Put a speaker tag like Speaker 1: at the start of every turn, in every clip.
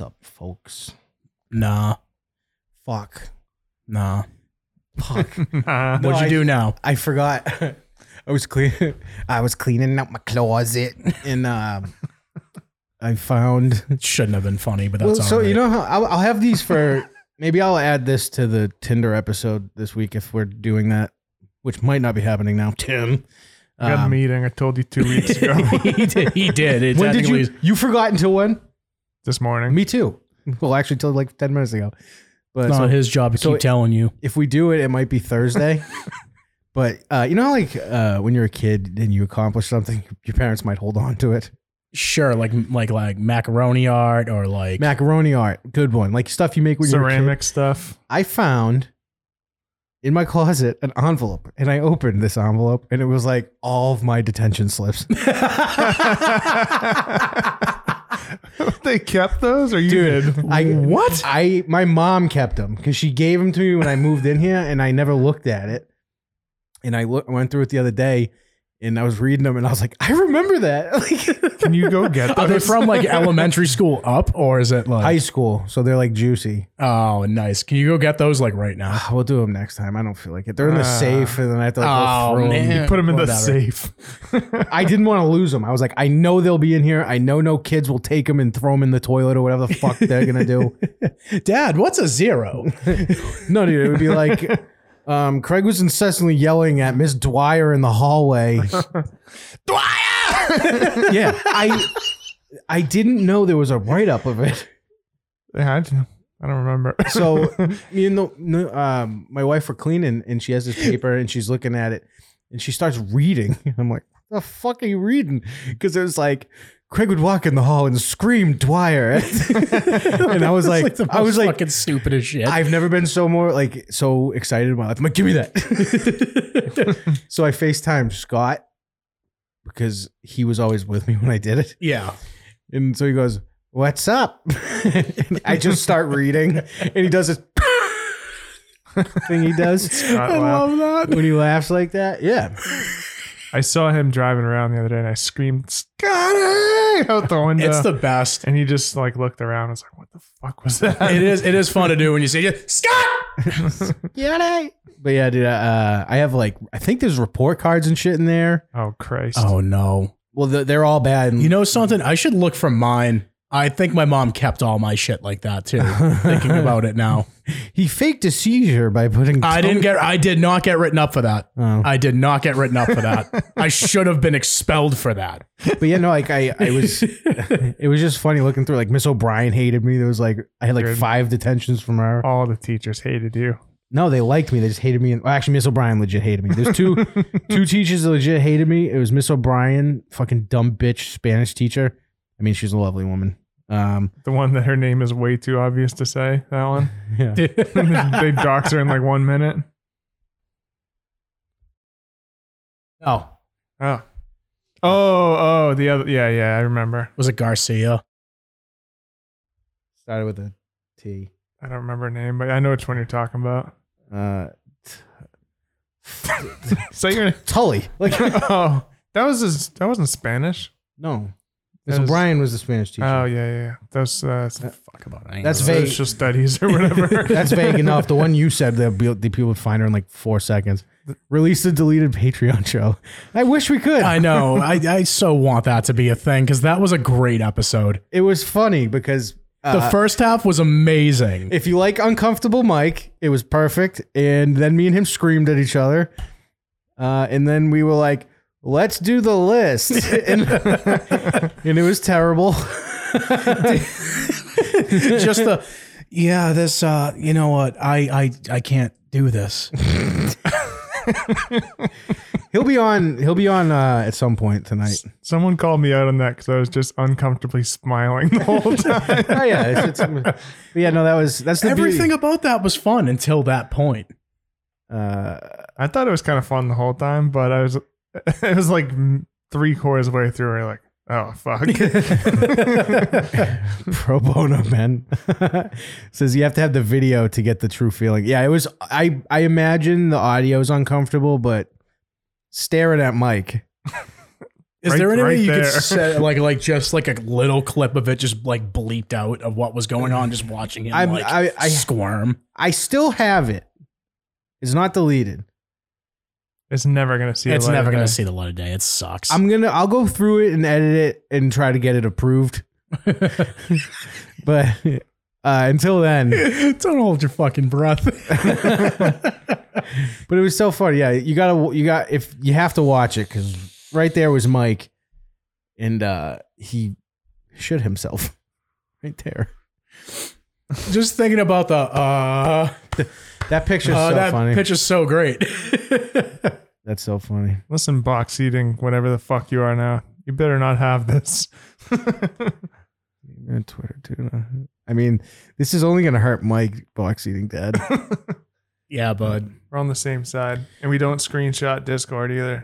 Speaker 1: Oh,
Speaker 2: folks.
Speaker 1: Nah.
Speaker 2: Fuck.
Speaker 1: Nah.
Speaker 2: Fuck.
Speaker 3: Nah.
Speaker 2: No,
Speaker 1: What'd you
Speaker 2: I-
Speaker 1: do now?
Speaker 2: I forgot. I was clean. I was cleaning out my closet, and um, I found.
Speaker 1: It shouldn't have been funny, but
Speaker 2: Well,
Speaker 1: that's all.
Speaker 2: so you
Speaker 1: right.
Speaker 2: know how I'll, I'll have these for. maybe I'll add this to the Tinder episode this week if we're doing that, which might not be happening now. Tim,
Speaker 3: I got a
Speaker 2: Um,
Speaker 3: meeting. I told you two weeks ago
Speaker 1: he did. He did. It's
Speaker 2: when did
Speaker 1: technically-
Speaker 2: you? You forgot until when?
Speaker 3: this morning.
Speaker 2: Me too. Well, actually, till like ten minutes ago. But
Speaker 1: It's
Speaker 2: so
Speaker 1: not his job to
Speaker 2: so
Speaker 1: keep
Speaker 2: it-
Speaker 1: telling you.
Speaker 2: if we do it, it might be Thursday. but uh, you know, how, like uh, when you're a kid and you accomplish something, your parents might hold on to it.
Speaker 1: Sure, like like like macaroni art or like
Speaker 2: Macaroni art, good one. Like stuff you make when you're a kid.
Speaker 3: Ceramic stuff.
Speaker 2: I found in my closet an envelope, and I opened this envelope, and it was like all of my detention slips.
Speaker 3: they kept those, or you did?
Speaker 2: I what? I my mom kept them because she gave them to me when I moved in here, and I never looked at it. And I look, went through it the other day, and I was reading them, and I was like, I remember that. Like
Speaker 3: Can you go get those?
Speaker 1: are they from like elementary school up or is it
Speaker 2: high
Speaker 1: like
Speaker 2: school, so they're like juicy.
Speaker 1: oh nice? Can you go get those like right now?
Speaker 2: Ah, We'll do them next time. I don't feel like it. They're in the
Speaker 3: Ah.
Speaker 2: safe, and then I have to like, go
Speaker 1: Oh,
Speaker 2: through 'em.
Speaker 1: man.
Speaker 3: Put them in the
Speaker 1: Whatever.
Speaker 3: safe.
Speaker 2: I didn't want to lose them. I was like, I know they'll be in here. I know no kids will take them and throw them in the toilet or whatever the fuck they're gonna do.
Speaker 1: Dad, what's a zero?
Speaker 2: No, dude, it would be like. Um, Craig was incessantly yelling at Miss Dwyer in the hallway. yeah, I I didn't know there was a write up of it.
Speaker 3: They had to. I don't remember.
Speaker 2: So me and the no, um, my wife were cleaning, and she has this paper, and she's looking at it, and she starts reading. I'm like, "What the fuck are you reading?" Because it was like. Craig would walk in the hall and scream Dwyer, and I was
Speaker 1: It's
Speaker 2: like,
Speaker 1: the
Speaker 2: I
Speaker 1: most
Speaker 2: was like,
Speaker 1: fucking stupid as shit.
Speaker 2: I've never been so more like so excited in my life. I'm like, give me that. so I FaceTime Scott because he was always with me when I did it.
Speaker 1: yeah,
Speaker 2: And so he goes, What's up? And I just start reading and he does this thing he does
Speaker 3: Not loud.
Speaker 1: love
Speaker 2: when he laughs like that. Yeah.
Speaker 3: I saw him driving around the other day, and I screamed Scotty out the window.
Speaker 1: It's the best.
Speaker 3: and he just like looked around. and was like, "What the fuck was that?"
Speaker 1: It is. It is fun to do when you say Scott.
Speaker 2: Yeah. they-" But yeah, dude, uh, I have like I think there's report cards and shit in there.
Speaker 3: oh Christ!
Speaker 1: Oh no.
Speaker 2: Well, they're- they're all bad. And
Speaker 1: You know something? I should look for mine. I think my mom kept all my shit like that too. thinking about it now,
Speaker 2: he faked a seizure by putting.
Speaker 1: I didn't get. I did not get written up for that.
Speaker 2: Oh.
Speaker 1: I did not get written up for that. I should have been expelled for that.
Speaker 2: Oh. But yeah, no, like I, I was, it was just funny looking through. Like Miss O'Brien hated me. There was like I had like
Speaker 3: Weird.
Speaker 2: five detentions from her.
Speaker 3: All the teachers hated you.
Speaker 2: No, they liked me. They just hated me. And, well, actually, Miss O'Brien legit hated me. There's two, two teachers that legit hated me. It was Miss O'Brien, fucking dumb bitch Spanish teacher. I mean, she's a lovely woman. Um,
Speaker 3: The one that her name is way too obvious to say. That one.
Speaker 2: yeah.
Speaker 3: they dox her in like one minute.
Speaker 2: Oh,
Speaker 3: Oh. Oh, oh, the other. Yeah, yeah, I remember.
Speaker 1: Was it Garcia?
Speaker 2: started with a T.
Speaker 3: I don't remember her name, but I know which one you're talking about.
Speaker 2: Uh,
Speaker 3: Say your name.
Speaker 2: Tully. Like
Speaker 3: oh, that was his, that wasn't Spanish.
Speaker 2: no, Miss
Speaker 3: That was-
Speaker 2: O'Brien was the Spanish teacher.
Speaker 3: Oh yeah, yeah. yeah. That's uh,
Speaker 1: Fuck about it.
Speaker 2: That's vague.
Speaker 3: social studies or whatever.
Speaker 2: That's vague enough. The one you said that be- the people would find her in like four seconds. Release the deleted Patreon show. I wish we could.
Speaker 1: I know. I, I so want that to be a thing because that was a great episode.
Speaker 2: it was funny because
Speaker 1: The
Speaker 2: uh,
Speaker 1: first half was amazing.
Speaker 2: if you like uncomfortable Mike, it was perfect. And then me and him screamed at each other, uh, and then we were like, "Let's do the list," and, and it was terrible.
Speaker 1: Just the yeah, this uh, you know what? I I I can't do this.
Speaker 2: He'll be on. He'll be on uh, at some point tonight.
Speaker 3: Someone called me out on that because I was just uncomfortably smiling the whole time.
Speaker 2: oh yeah, it's, it's, but yeah. No, that was that's the beauty.
Speaker 1: Everything about that was fun until that point.
Speaker 2: Uh,
Speaker 3: I thought it was kind of fun the whole time, but I was it was like three quarters way through. Where you're like, oh fuck.
Speaker 2: pro bono man says you have to have the video to get the true feeling yeah it was i i imagine the audio is uncomfortable but staring at mike
Speaker 1: Is
Speaker 3: Right-
Speaker 1: there any
Speaker 3: right
Speaker 1: way you
Speaker 3: there.
Speaker 1: could set like like just like a little clip of it just like bleeped out of what was going on, just watching him
Speaker 2: I'm-
Speaker 1: like
Speaker 2: I- I-
Speaker 1: squirm?
Speaker 2: I still have it. It's not deleted.
Speaker 3: It's never gonna see. the
Speaker 1: It's
Speaker 3: light
Speaker 1: never
Speaker 3: of
Speaker 1: gonna
Speaker 3: day.
Speaker 1: see the light of day. It sucks.
Speaker 2: uh, I'm gonna I'll go through it and edit it and try to get it approved. But uh, until then,
Speaker 1: Don't hold your fucking breath.
Speaker 2: but it was so funny. Yeah, you gotta you got if you have to watch it because right there was Mike, and uh he shit himself right there.
Speaker 1: just thinking about the uh,
Speaker 2: That picture's
Speaker 1: uh,
Speaker 2: so
Speaker 1: that
Speaker 2: funny.
Speaker 1: pitch is so great.
Speaker 2: That's so funny.
Speaker 3: Listen, box eating, whatever the fuck you are now, you better not have this.
Speaker 2: And Twitter too. I mean, this is only gonna hurt Mike box eating dad.
Speaker 1: yeah, bud.
Speaker 3: We're on the same side, and we don't screenshot Discord either.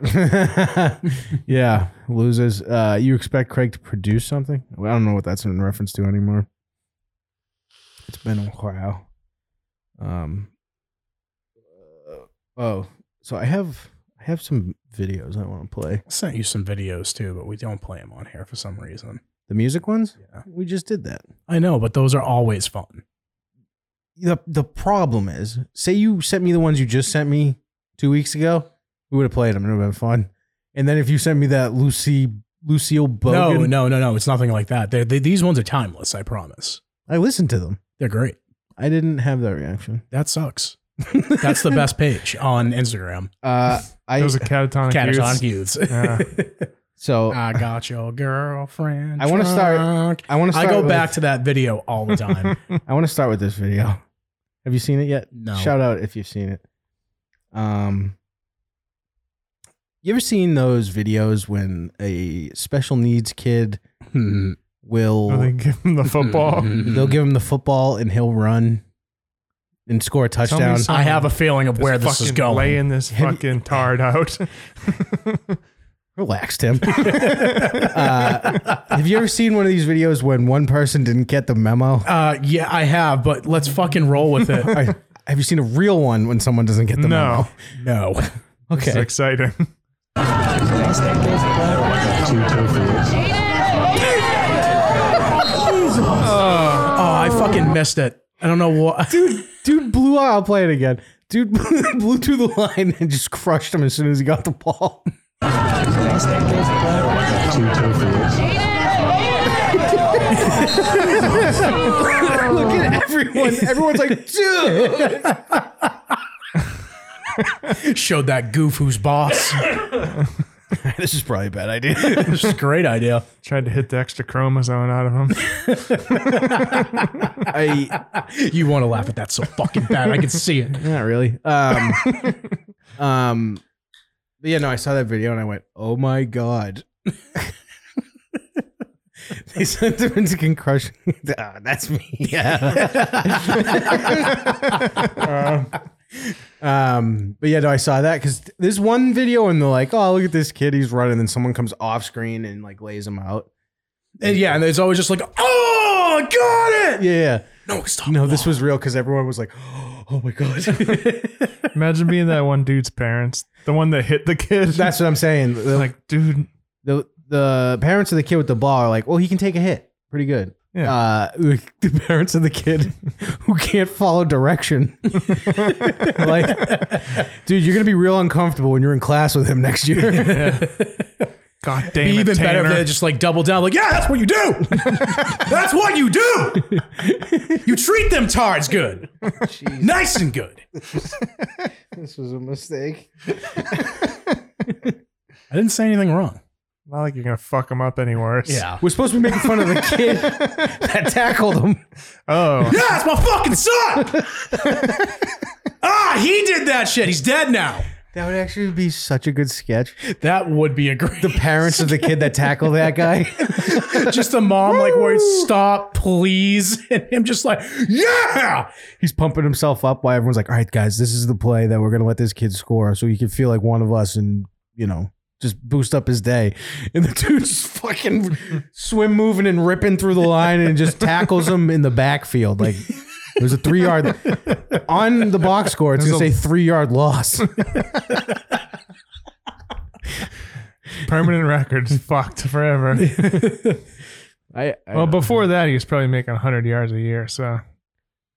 Speaker 2: yeah, loses. Uh, you expect Craig to produce something? Well, I don't know what that's in reference to anymore. It's been a while. Um. uh, oh, so I have I have some videos I want to play.
Speaker 1: I sent you some videos too, but we don't play them on here for some reason.
Speaker 2: The music ones.
Speaker 1: Yeah.
Speaker 2: We just did that.
Speaker 1: I know, but those are always fun.
Speaker 2: the The problem is, say you sent me the ones you just sent me two weeks ago, we would have played them and it would have been fun. And then if you sent me that Lucy Lucille Bogan,
Speaker 1: No, no, no, no. It's nothing like that. They're, they, these ones are timeless. I promise.
Speaker 2: I listened to them.
Speaker 1: They're great.
Speaker 2: I didn't have that reaction.
Speaker 1: That sucks. That's the best page on Instagram.
Speaker 2: Uh,
Speaker 3: It
Speaker 2: I
Speaker 3: was a catatonic.
Speaker 1: Catatonic
Speaker 3: use.
Speaker 1: youths.
Speaker 3: Yeah.
Speaker 2: so
Speaker 1: I got your girlfriend.
Speaker 2: I wanna start-
Speaker 1: drunk.
Speaker 2: I want to.
Speaker 1: I go back to that video all the time.
Speaker 2: I want to start with this video. Have you seen it yet?
Speaker 1: no.
Speaker 2: Shout out if you've seen it. Um, you ever seen those videos when a special needs kid
Speaker 1: Mm-hmm.
Speaker 2: will
Speaker 3: Or they give him
Speaker 2: Oh,
Speaker 3: the football.
Speaker 2: they'll give him the football and he'll run and score a
Speaker 3: Tell me
Speaker 2: touchdown?
Speaker 3: something.
Speaker 1: I have a feeling of where this is
Speaker 3: fucking
Speaker 1: going.
Speaker 3: Laying this
Speaker 2: Have you-
Speaker 3: fucking tard out.
Speaker 2: Relaxed him. Uh, Have you ever seen one of these videos when one person didn't get the memo?
Speaker 1: Uh, yeah, I have, but let's fucking roll with
Speaker 2: All
Speaker 1: it.
Speaker 2: right. Have you seen a real one when someone doesn't get the
Speaker 3: no,
Speaker 1: no.
Speaker 2: memo?
Speaker 3: it's
Speaker 2: Okay.
Speaker 3: exciting.
Speaker 1: Oh, I fucking missed it. I don't know what.
Speaker 2: dude, dude blew out. I'll play it again. Dude blew to the line and just crushed him as soon as he got the ball. Look at everyone. Everyone's like, dude.
Speaker 1: Showed that goof who's boss.
Speaker 2: This is probably a bad idea.
Speaker 1: This is a great idea.
Speaker 3: Tried to hit the extra chromosome out of him.
Speaker 2: I
Speaker 1: You want to laugh at that so fucking bad. I can see it.
Speaker 2: not really. Um, um, but yeah, no, I saw that video and I went, oh my god. they sent him into concussion. Ah, that's me. Yeah. Um, but yeah, no, I saw that because there's one video and they're like, oh, look at this kid, he's running, and someone comes off screen and like lays him out.
Speaker 1: And yeah, and it's always just like, oh, I got it.
Speaker 2: Yeah, yeah.
Speaker 1: No, stop.
Speaker 2: No, this was real because everyone was like, oh my god.
Speaker 3: Imagine being that one dude's parents, the one that hit the kid.
Speaker 2: That's what I'm saying. The,
Speaker 3: like, dude,
Speaker 2: the the parents of the kid with the ball are like, well, he can take a hit, pretty good.
Speaker 3: Yeah.
Speaker 2: Uh, the parents of the kid who can't follow direction, like, dude, you're gonna be real uncomfortable when you're in class with him next year.
Speaker 3: god damn
Speaker 1: Be
Speaker 3: it,
Speaker 1: even better
Speaker 3: Tanner.
Speaker 1: if they just like double down, like, yeah, that's what you do. that's what you do. You treat them tards good, nice and good.
Speaker 2: this was a mistake.
Speaker 1: I didn't say anything wrong.
Speaker 3: Not like you're gonna fuck him up any worse.
Speaker 1: Yeah.
Speaker 2: We're supposed to be making fun of the kid that tackled him.
Speaker 3: Oh,
Speaker 1: Yeah, that's my fucking son. ah, he did that shit. He's dead now.
Speaker 2: That would actually be such a good sketch.
Speaker 1: That would be a great.
Speaker 2: The parents of the kid that tackled that guy.
Speaker 1: just the mom like, "Wait, stop, please," and him just like, "Yeah."
Speaker 2: He's pumping himself up while everyone's like, all right, guys, this is the play that we're going to let this kid score so he can feel like one of us and, you know, just boost up his day. And the dude's just fucking swim moving and ripping through the line and just tackles him in the backfield. Like, it was a three yard on the box score. It's going to say three yard loss.
Speaker 3: Permanent records fucked forever.
Speaker 2: I, I
Speaker 3: Well, before that, he was probably making 100 yards a year. So,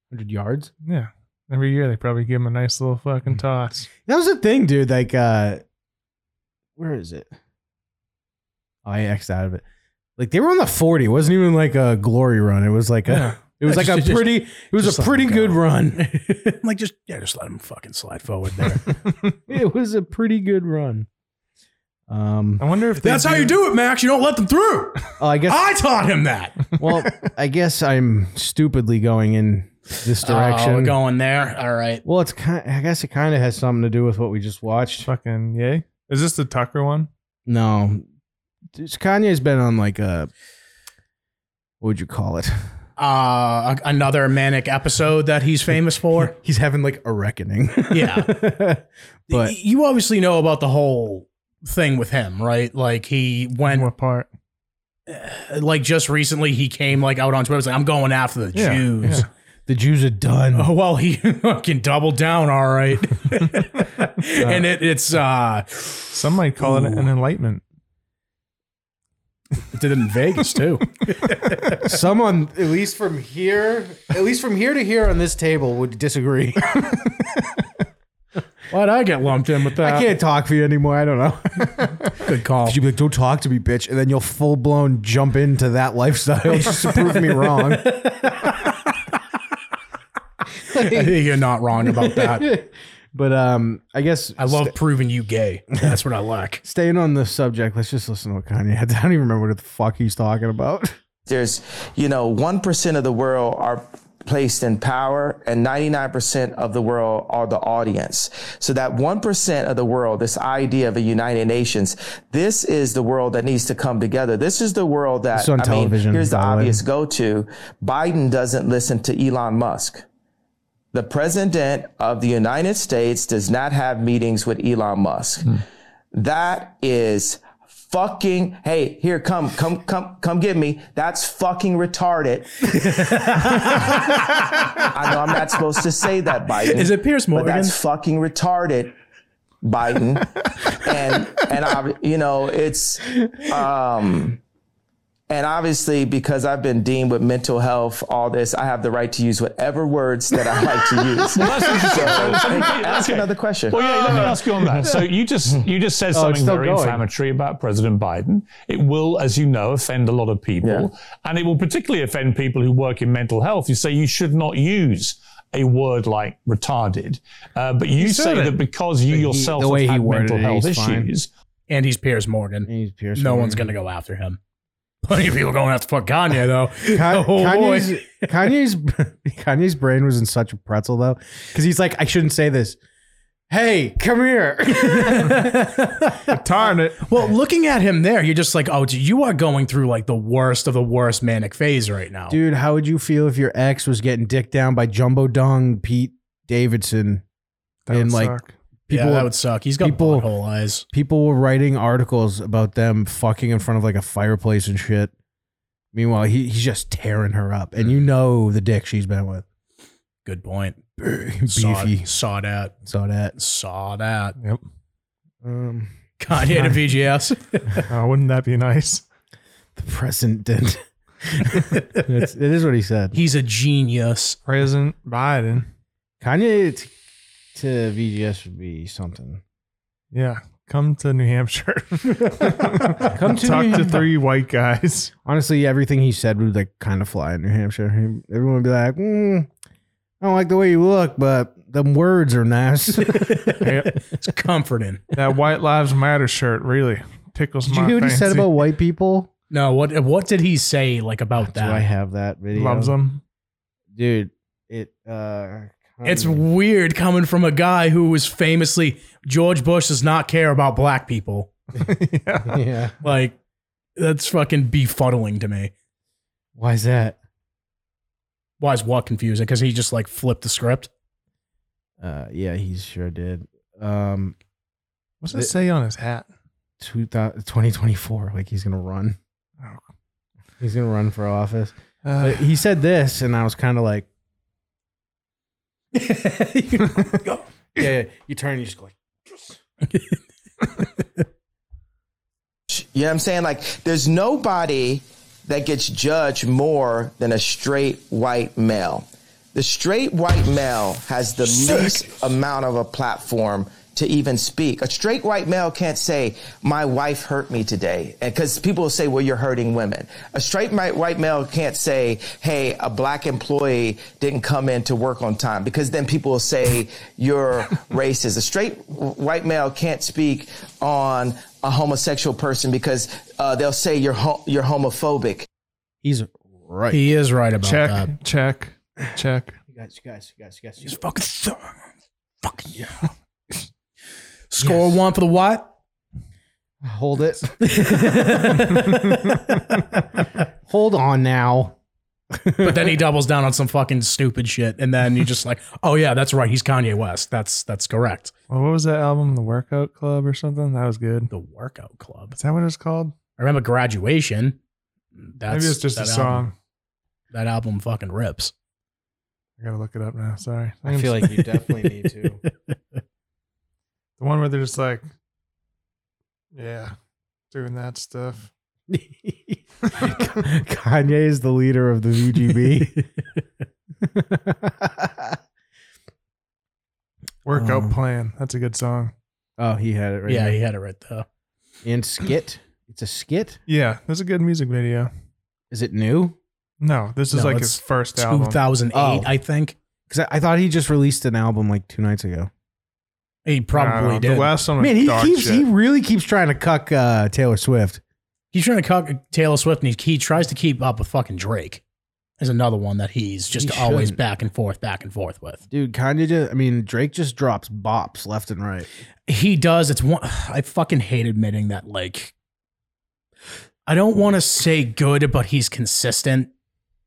Speaker 2: hundred yards.
Speaker 3: yeah. Every year, they probably give him a nice little fucking toss.
Speaker 2: That was the thing, dude. Like, uh, where is it? Oh, I X'd out of it. Like they were on the forty. It wasn't even like a glory run. It was like a.
Speaker 3: Yeah.
Speaker 2: It was
Speaker 1: Yeah,
Speaker 2: like
Speaker 1: just-
Speaker 2: a
Speaker 1: just-
Speaker 2: pretty. It was
Speaker 1: just
Speaker 2: a
Speaker 1: let
Speaker 2: pretty
Speaker 1: them go.
Speaker 2: good run.
Speaker 1: like just yeah, just let him fucking slide forward there.
Speaker 2: it was a pretty good run. Um.
Speaker 3: I wonder if they
Speaker 1: That's how you do it, Max. You don't let them through.
Speaker 2: Oh, I guess.
Speaker 1: I taught him that.
Speaker 2: Well, I guess I'm stupidly going in this direction.
Speaker 1: Oh, we're going there. All right.
Speaker 2: Well, it's kind. I guess it kind of has something to do with what we just watched.
Speaker 3: Fucking yay. Is this the Tucker one?
Speaker 2: No, It's- Kanye's been on like a. What would you call it?
Speaker 1: Uh, a- another manic episode that he's famous for.
Speaker 2: He's having like a reckoning.
Speaker 1: Yeah.
Speaker 2: but
Speaker 1: Y- you obviously know about the whole thing with him, right? Like he went,
Speaker 3: what part?
Speaker 1: like just recently, he came like out on Twitter. was like, I'm going after the
Speaker 3: Yeah,
Speaker 1: Jews.
Speaker 3: yeah.
Speaker 2: the Jews are done.
Speaker 1: Oh well, he fucking doubled down, all right. and it, it's uh,
Speaker 3: Some might call it an
Speaker 1: Ooh.
Speaker 3: enlightenment.
Speaker 1: it did it in Vegas too.
Speaker 2: Someone, at least from here, at least from here to here on this table, would disagree.
Speaker 1: Why'd I get lumped in with that?
Speaker 2: I can't talk for you anymore. I don't know.
Speaker 1: Good call.
Speaker 2: You'd be like, "Don't talk to me, bitch," and then you'll full blown jump into that lifestyle just to prove me wrong.
Speaker 1: I think You're not wrong about that.
Speaker 2: but um, I guess
Speaker 1: I love proving you gay. That's what I like.
Speaker 2: Staying on the subject, let's just listen to what Kanye had. I don't even remember what the fuck he's talking about.
Speaker 4: there's you know 1% of the world are placed in power and 99% of the world are the audience so that 1% of the world this idea of a united nations this is the world that needs to come together this is the world that
Speaker 2: It's on
Speaker 4: i
Speaker 2: television,
Speaker 4: mean here's the
Speaker 2: by the way.
Speaker 4: obvious go-to biden doesn't listen to elon musk the president of the united states does not have meetings with elon musk that is fucking hey, here come come come come get me. That's fucking retarded. I know I'm not supposed to say that, Biden.
Speaker 1: Is it Pierce
Speaker 4: But
Speaker 1: Morgan?
Speaker 4: that's fucking retarded. Biden and and I, you know it's um and obviously because I've been deemed with mental health all this I have the right to use whatever words that I like to use. so, hey, ask another question.
Speaker 5: Well, yeah, let me ask you on that. So you just you just said something
Speaker 2: Hmm. Oh, still
Speaker 5: very
Speaker 2: going.
Speaker 5: inflammatory about President Biden. It will, as you know, offend a lot of people, and it will particularly offend people who work in mental health. You say you should not use a word like retarded, uh, but you say
Speaker 3: said it.
Speaker 5: that because you yourself
Speaker 2: the way he
Speaker 5: have had
Speaker 2: worded
Speaker 5: mental
Speaker 2: it,
Speaker 5: health
Speaker 2: he's fine.
Speaker 5: issues.
Speaker 1: And he's Piers Morgan.
Speaker 2: He's Pierce.
Speaker 1: No one's gonna go after him. Plenty of people going after fuck Kanye though.
Speaker 2: Ka-
Speaker 1: oh boy.
Speaker 2: Kanye's, Kanye's Kanye's brain was in such a pretzel though, because he's like, I shouldn't say this. Hey, come here.
Speaker 3: Darn it.
Speaker 1: Well, looking at him there, you're just like, oh, dude, you are going through like the worst of the worst manic phase right now.
Speaker 2: Dude, how would you feel if your ex was getting dicked down by Jumbo Dong Pete Davidson?
Speaker 3: That
Speaker 2: And,
Speaker 3: would
Speaker 2: like,
Speaker 3: suck.
Speaker 1: yeah,
Speaker 2: people-
Speaker 1: that would suck. He's got
Speaker 2: people-
Speaker 1: people, butthole eyes.
Speaker 2: People were writing articles about them fucking in front of like a fireplace and shit. Meanwhile, he, he's just tearing her up, and
Speaker 1: Mm.
Speaker 2: you know the dick she's been with.
Speaker 1: Good point. Saw,
Speaker 2: Beefy,
Speaker 1: saw that.
Speaker 2: saw that.
Speaker 1: Saw that.
Speaker 3: Yep.
Speaker 2: Um,
Speaker 1: Kanye to VGS.
Speaker 3: Oh, wouldn't that be nice?
Speaker 2: the president. That's, it is what he said.
Speaker 1: He's a genius.
Speaker 3: President Biden.
Speaker 2: Kanye t- to VGS would be something.
Speaker 3: Yeah. Come to New Hampshire.
Speaker 2: Come to
Speaker 3: Talk
Speaker 2: New
Speaker 3: to
Speaker 2: Hampshire.
Speaker 3: three white guys.
Speaker 2: Honestly, everything he said would like kind of fly in New Hampshire. He- Everyone would be like, mm, "I don't like the way you look, but them words are nice." Did
Speaker 3: Yep.
Speaker 1: It's comforting.
Speaker 3: that White Lives Matter shirt really tickles
Speaker 2: you
Speaker 3: my
Speaker 2: hear what he said
Speaker 3: fancy.
Speaker 2: about white people?
Speaker 1: No, what what did he say like about
Speaker 2: Do I
Speaker 1: that?
Speaker 2: have that video?
Speaker 3: Loves them.
Speaker 2: dude. It. uh
Speaker 1: It's
Speaker 2: Kanye-
Speaker 3: Hmm.
Speaker 1: weird coming from a guy who was famously George Bush does not care about black people.
Speaker 3: yeah.
Speaker 2: yeah.
Speaker 1: Like that's fucking befuddling to me.
Speaker 2: Why is that?
Speaker 1: Why is what confusing? Because he just like flipped the script.
Speaker 2: Uh, yeah, he sure did. Um,
Speaker 3: What's it say on his hat?
Speaker 2: 2000 2024 like he's gonna run he's gonna run for office
Speaker 3: Uh,
Speaker 2: but he said this and i was kind of like yeah, yeah you turn and you just go like
Speaker 4: You know what I'm saying? Like, there's nobody that gets judged more than a straight white male. The straight white male has the least amount of a platform to even speak. A straight white male can't say, my wife hurt me today. Because people will say, well, you're hurting women. A straight mi- white male can't say, hey, a black employee didn't come in to work on time. Because then people will say, you're racist. A straight w- white male can't speak on a homosexual person because uh, they'll say you're, ho- you're homophobic.
Speaker 2: He's right.
Speaker 1: He is right about
Speaker 3: Check,
Speaker 1: that.
Speaker 3: check, check.
Speaker 2: you guys, you guys, you guys, you guys.
Speaker 1: Just fucking th- fuck yeah. Score one for the white.
Speaker 2: Hold it. Hold on now.
Speaker 1: But then he doubles down on some fucking stupid shit, and then you're just like, "Oh yeah, that's right. He's Kanye West. That's that's correct."
Speaker 3: Well, what was that album? The Workout Club or something? That was good.
Speaker 1: The Workout Club.
Speaker 3: Is that what it's called?
Speaker 1: I remember graduation. That's,
Speaker 3: Maybe it's just a
Speaker 1: that
Speaker 3: song.
Speaker 1: album- That album fucking rips.
Speaker 3: I gotta look it up now. Sorry.
Speaker 2: I feel like you definitely need to.
Speaker 3: the one where they're just like, yeah, doing that stuff.
Speaker 2: Kanye is the leader of the VGB.
Speaker 3: Workout
Speaker 2: Um,
Speaker 3: plan. That's a good song.
Speaker 2: oh, he had it right.
Speaker 1: yeah,
Speaker 2: here.
Speaker 1: he had it right there.
Speaker 2: And skit. It's a skit.
Speaker 3: Yeah, there's a good music video.
Speaker 2: Is it new?
Speaker 3: No, this is
Speaker 1: No,
Speaker 3: like
Speaker 1: it's
Speaker 3: his first album.
Speaker 1: 2008,
Speaker 2: Oh.
Speaker 1: I think.
Speaker 2: Because I, I thought he just released an album like two nights ago.
Speaker 1: He probably
Speaker 3: No,
Speaker 1: did.
Speaker 3: Uh, The last one was
Speaker 2: Man, he
Speaker 3: dog
Speaker 2: keeps
Speaker 3: shit.
Speaker 2: he really keeps trying to cuck uh, Taylor Swift.
Speaker 1: he's trying to cock Taylor Swift, and he, he tries to keep up with fucking Drake. Is another one that he's just
Speaker 2: He
Speaker 1: always
Speaker 2: shouldn't.
Speaker 1: back and forth, back and forth with.
Speaker 2: Dude, Kanye just I mean Drake just drops bops left and right.
Speaker 1: He does. It's one. I fucking hate admitting that. Like, I don't want to say good, but he's consistent,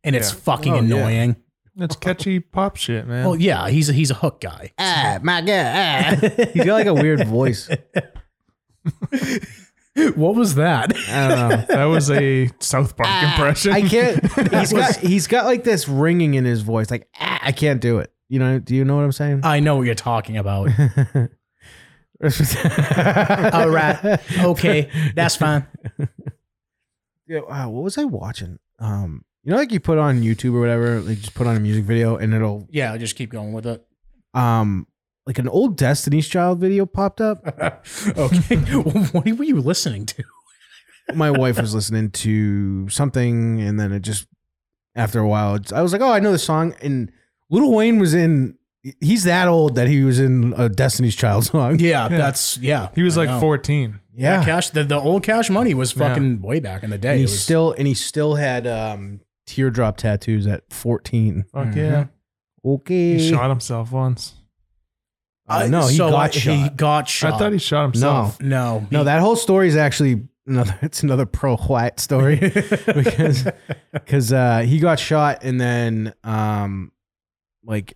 Speaker 1: and it's
Speaker 3: Yeah.
Speaker 1: fucking
Speaker 2: Oh, yeah.
Speaker 1: annoying.
Speaker 3: It's catchy pop shit, man.
Speaker 1: Well, yeah, he's a, he's a hook guy.
Speaker 2: Ah, my god. ah. He's got like a weird voice.
Speaker 1: what was that?
Speaker 2: I don't know.
Speaker 3: that was a South Park
Speaker 1: Ah,
Speaker 3: impression.
Speaker 2: I can't. He's
Speaker 3: That
Speaker 2: got he's got like this ringing in his voice. Like ah, I can't do it. You know? Do you know what I'm saying?
Speaker 1: I know what you're talking about. All right. Okay, that's fine.
Speaker 2: Yeah, wow, what was I watching? Um, you know, like you put on YouTube or whatever. Like just put on a music video and it'll
Speaker 1: Yeah, just keep going with it.
Speaker 2: um like an old Destiny's Child video popped up.
Speaker 1: okay. what were you listening to?
Speaker 2: my wife was listening to something, and then it just after a while, it's- I was like, "Oh, I know this song." And Little Wayne was in. He's that old that he was in a Destiny's Child song.
Speaker 1: Yeah,
Speaker 3: Yeah.
Speaker 1: that's yeah.
Speaker 3: he was
Speaker 1: I
Speaker 3: like
Speaker 1: know.
Speaker 3: 14.
Speaker 1: Yeah,
Speaker 2: yeah.
Speaker 1: cash. The, the old cash money was
Speaker 3: Yeah.
Speaker 1: fucking way back in the day.
Speaker 2: And he
Speaker 1: It was-
Speaker 2: still and he still had um teardrop tattoos at fourteen.
Speaker 3: Fuck
Speaker 1: Mm-hmm.
Speaker 3: yeah.
Speaker 2: Okay.
Speaker 3: He shot himself once.
Speaker 2: Uh, no, he
Speaker 1: so
Speaker 2: got
Speaker 1: I-
Speaker 2: shot.
Speaker 1: He got shot.
Speaker 3: I thought he shot himself.
Speaker 1: no,
Speaker 2: no, that whole story is actually another. It's another pro white story because because uh, he got shot and then um like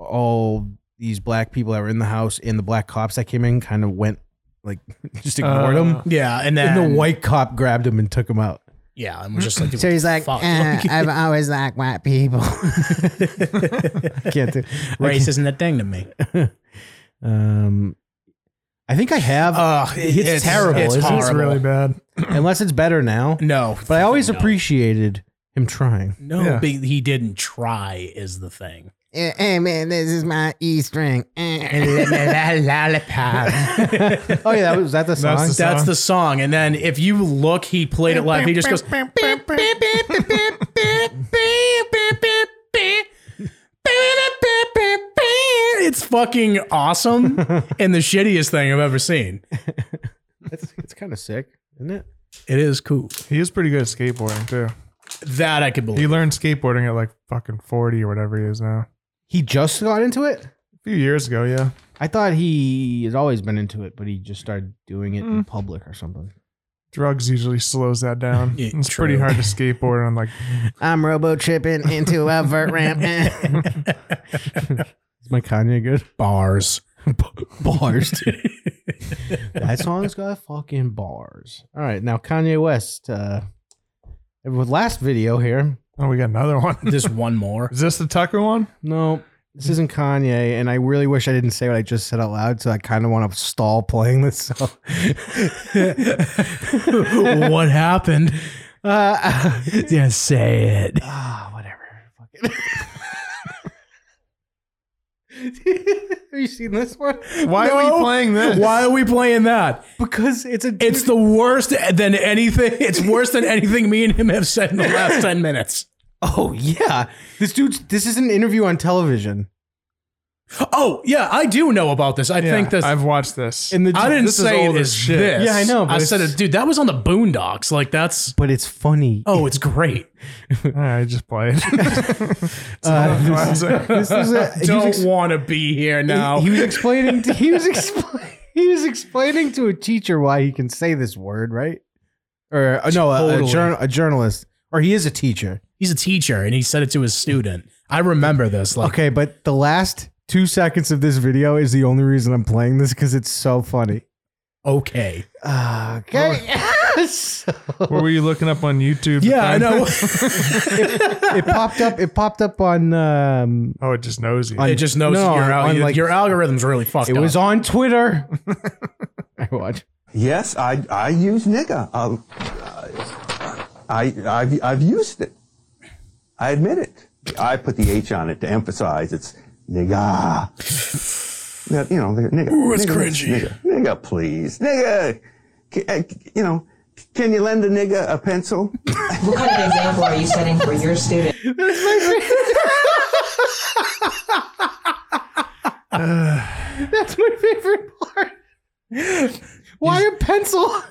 Speaker 2: all these black people that were in the house and the black cops that came in kind of went like just ignored
Speaker 3: Uh,
Speaker 2: him.
Speaker 1: Yeah, and then
Speaker 2: And the white cop grabbed him and took him out.
Speaker 1: Yeah, and was just like,
Speaker 6: So he's like,
Speaker 1: fuck,
Speaker 6: "Eh,
Speaker 1: like,
Speaker 6: I've always liked white people.
Speaker 2: Can't do
Speaker 1: race isn't a thing to me.
Speaker 2: Um, I think I have
Speaker 1: Uh,
Speaker 2: it's terrible,
Speaker 1: It's
Speaker 2: isn't it?
Speaker 1: horrible.
Speaker 3: It's really bad.
Speaker 2: unless it's better now.
Speaker 1: No,
Speaker 2: But I always
Speaker 1: no.
Speaker 2: appreciated him trying.
Speaker 1: No,
Speaker 3: Yeah.
Speaker 1: but he didn't try. Is the thing.
Speaker 6: Eh, hey, man, this is my E string. Eh.
Speaker 1: Lollipop.
Speaker 2: Oh yeah, Oh, that was was that the song.
Speaker 3: That's the
Speaker 1: That's the song. And then if you look, he played it live. He just goes. It's fucking awesome and the shittiest thing I've ever seen.
Speaker 2: it's it's kind of sick, isn't it?
Speaker 1: It is cool.
Speaker 3: He is pretty good at skateboarding, too.
Speaker 1: That I could
Speaker 3: He
Speaker 1: believe.
Speaker 3: learned skateboarding at like fucking 40 or whatever he is now.
Speaker 2: He just got into it.
Speaker 3: A few years ago, yeah.
Speaker 2: I thought he has always been into it, but he just started doing it
Speaker 6: Mm.
Speaker 2: in public or something.
Speaker 3: Drugs usually slows that down.
Speaker 1: Yeah,
Speaker 3: it's
Speaker 1: true.
Speaker 3: pretty hard to skateboard on like
Speaker 6: I'm robo tripping into a vert ramp. Eh.
Speaker 2: Is my Kanye good?
Speaker 1: Bars.
Speaker 2: bars, dude. that song's got fucking bars. All right, now Kanye West. Uh, with last video here.
Speaker 3: Oh, we got another one.
Speaker 1: Just one more.
Speaker 3: Is this the Tucker one?
Speaker 2: No, This isn't Kanye, and I really wish I didn't say what I just said out loud, so I kind of want to stall playing this. So.
Speaker 1: what happened?
Speaker 2: uh,
Speaker 1: Yeah, say it.
Speaker 2: ah, whatever. Fuck it. Have you seen this one?
Speaker 3: Why are we
Speaker 1: No.
Speaker 3: playing this?
Speaker 1: Why are we playing that?
Speaker 2: Because it's a.
Speaker 1: It's the worst than anything. It's worse than anything me and him have said in the last 10 minutes.
Speaker 2: oh yeah, this dude's. This is an interview on television,
Speaker 1: Oh, yeah, I do know about this. I
Speaker 3: Yeah,
Speaker 1: think this.
Speaker 3: I've watched this.
Speaker 2: and the
Speaker 1: I didn't
Speaker 3: this is
Speaker 1: say it
Speaker 3: old as
Speaker 1: is
Speaker 3: shit.
Speaker 1: this.
Speaker 2: Yeah, I know, but
Speaker 1: I said
Speaker 2: it's-
Speaker 1: it, dude. That was on the Boondocks. Like that's.
Speaker 2: but it's funny. Uh,
Speaker 1: Oh, it's great.
Speaker 3: All right, just play it.
Speaker 2: Uh, this,
Speaker 3: Classic.
Speaker 2: this is a, he was
Speaker 1: Don't
Speaker 2: ex-
Speaker 1: want to be here now.
Speaker 2: He, he was explaining. To, he was explaining. He was explaining to a teacher why he can say this word, right? Or uh, no, a, a,
Speaker 1: Totally.
Speaker 2: jour- a journalist, or he is a teacher.
Speaker 1: He's a teacher, and he said it to his student. I remember this. Like,
Speaker 2: Okay, but the last two seconds of this video is the only reason I'm playing this because it's so funny.
Speaker 1: okay.
Speaker 2: Okay, So,
Speaker 3: what were you looking up on YouTube?
Speaker 1: Yeah, I
Speaker 3: then?
Speaker 1: know.
Speaker 2: it popped up. It popped up on. Um,
Speaker 3: Oh, it just knows you.
Speaker 1: it just knows
Speaker 2: No,
Speaker 1: your,
Speaker 2: I'm
Speaker 1: your,
Speaker 2: like-
Speaker 1: your algorithm's really fucked
Speaker 2: it
Speaker 1: up.
Speaker 2: was on Twitter. I watched.
Speaker 7: Yes, I, I use nigger. Um, I, I've, I've used it. I admit it. I put the H on it to emphasize it's nigga. Yeah, You know, they're nigga. Ooh,
Speaker 1: it's cringy.
Speaker 7: Nigga, nigga, please. Nigga, c- uh, c- you know, can you lend a nigga a pencil?
Speaker 8: What kind of example are you setting for your students?
Speaker 2: That's my favorite part. Why a pencil?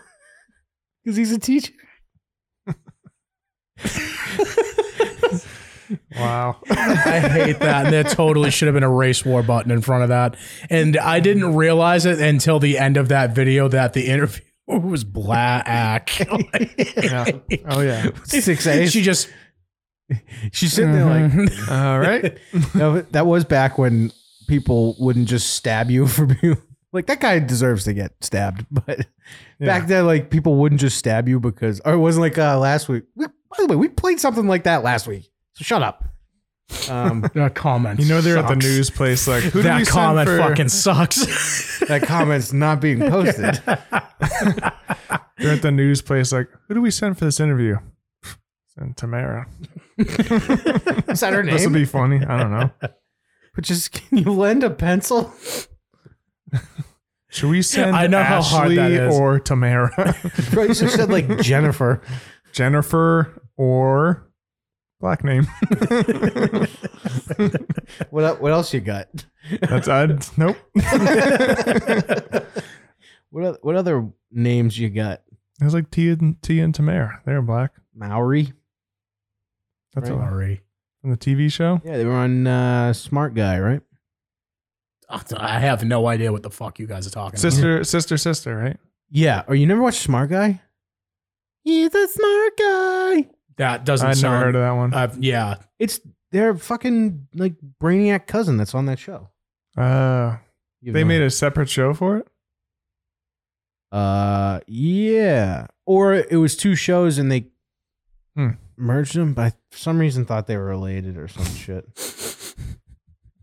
Speaker 2: Because he's a teacher.
Speaker 3: wow.
Speaker 1: I hate that. And there totally should have been a race war button in front of that. And I didn't realize it until the end of that video that the interview was black.
Speaker 3: Yeah. Oh yeah.
Speaker 2: Six A's.
Speaker 1: she just
Speaker 2: She's sitting there like,
Speaker 3: All right.
Speaker 2: no, but that was back when people wouldn't just stab you for being like that guy deserves to get stabbed. But back then, like people wouldn't just stab you because, or it wasn't like uh, last week. We, by the way, we played something like that last week. So shut up. Um,
Speaker 1: uh, comments.
Speaker 3: You know they're at the
Speaker 1: sucks.
Speaker 3: news place. Like who do we
Speaker 1: that
Speaker 3: send
Speaker 1: comment
Speaker 3: for-
Speaker 1: fucking sucks.
Speaker 2: that comment's not being posted.
Speaker 3: They're at the news place. Like who do we send for this interview? Send Tamara.
Speaker 2: Is that her
Speaker 3: This will
Speaker 2: name?
Speaker 3: be funny. I don't know.
Speaker 2: Which is, can you lend a pencil?
Speaker 3: Should we send
Speaker 1: I know how hard
Speaker 3: Ashley
Speaker 1: that is.
Speaker 3: or Tamara,
Speaker 2: Bro, you should have said like Jennifer.
Speaker 3: Jennifer or black name?
Speaker 2: What el- what else you got?
Speaker 3: That's odd. Nope.
Speaker 2: What oth- what other names you got?
Speaker 3: It was like T and T and Tamara. They're black.
Speaker 2: Maori.
Speaker 3: That's all.
Speaker 1: Sorry.
Speaker 3: From the TV show.
Speaker 2: Yeah, they were on uh, Smart Guy, right?
Speaker 1: I have no idea what the fuck you guys are talking about.
Speaker 3: Sister, sister, sister. Right.
Speaker 2: Yeah. Or you never watched Smart Guy? He's a smart guy.
Speaker 1: That doesn't
Speaker 3: I'd
Speaker 1: sound.
Speaker 3: never heard of that one.
Speaker 1: I've- yeah,
Speaker 2: It's their fucking like brainiac cousin that's on that show.
Speaker 3: Uh,
Speaker 2: You
Speaker 3: they
Speaker 2: know.
Speaker 3: made a separate show for it.
Speaker 2: Uh, yeah. Or it was two shows and they
Speaker 3: Hmm.
Speaker 2: merged them, but I for some reason thought they were related or some shit.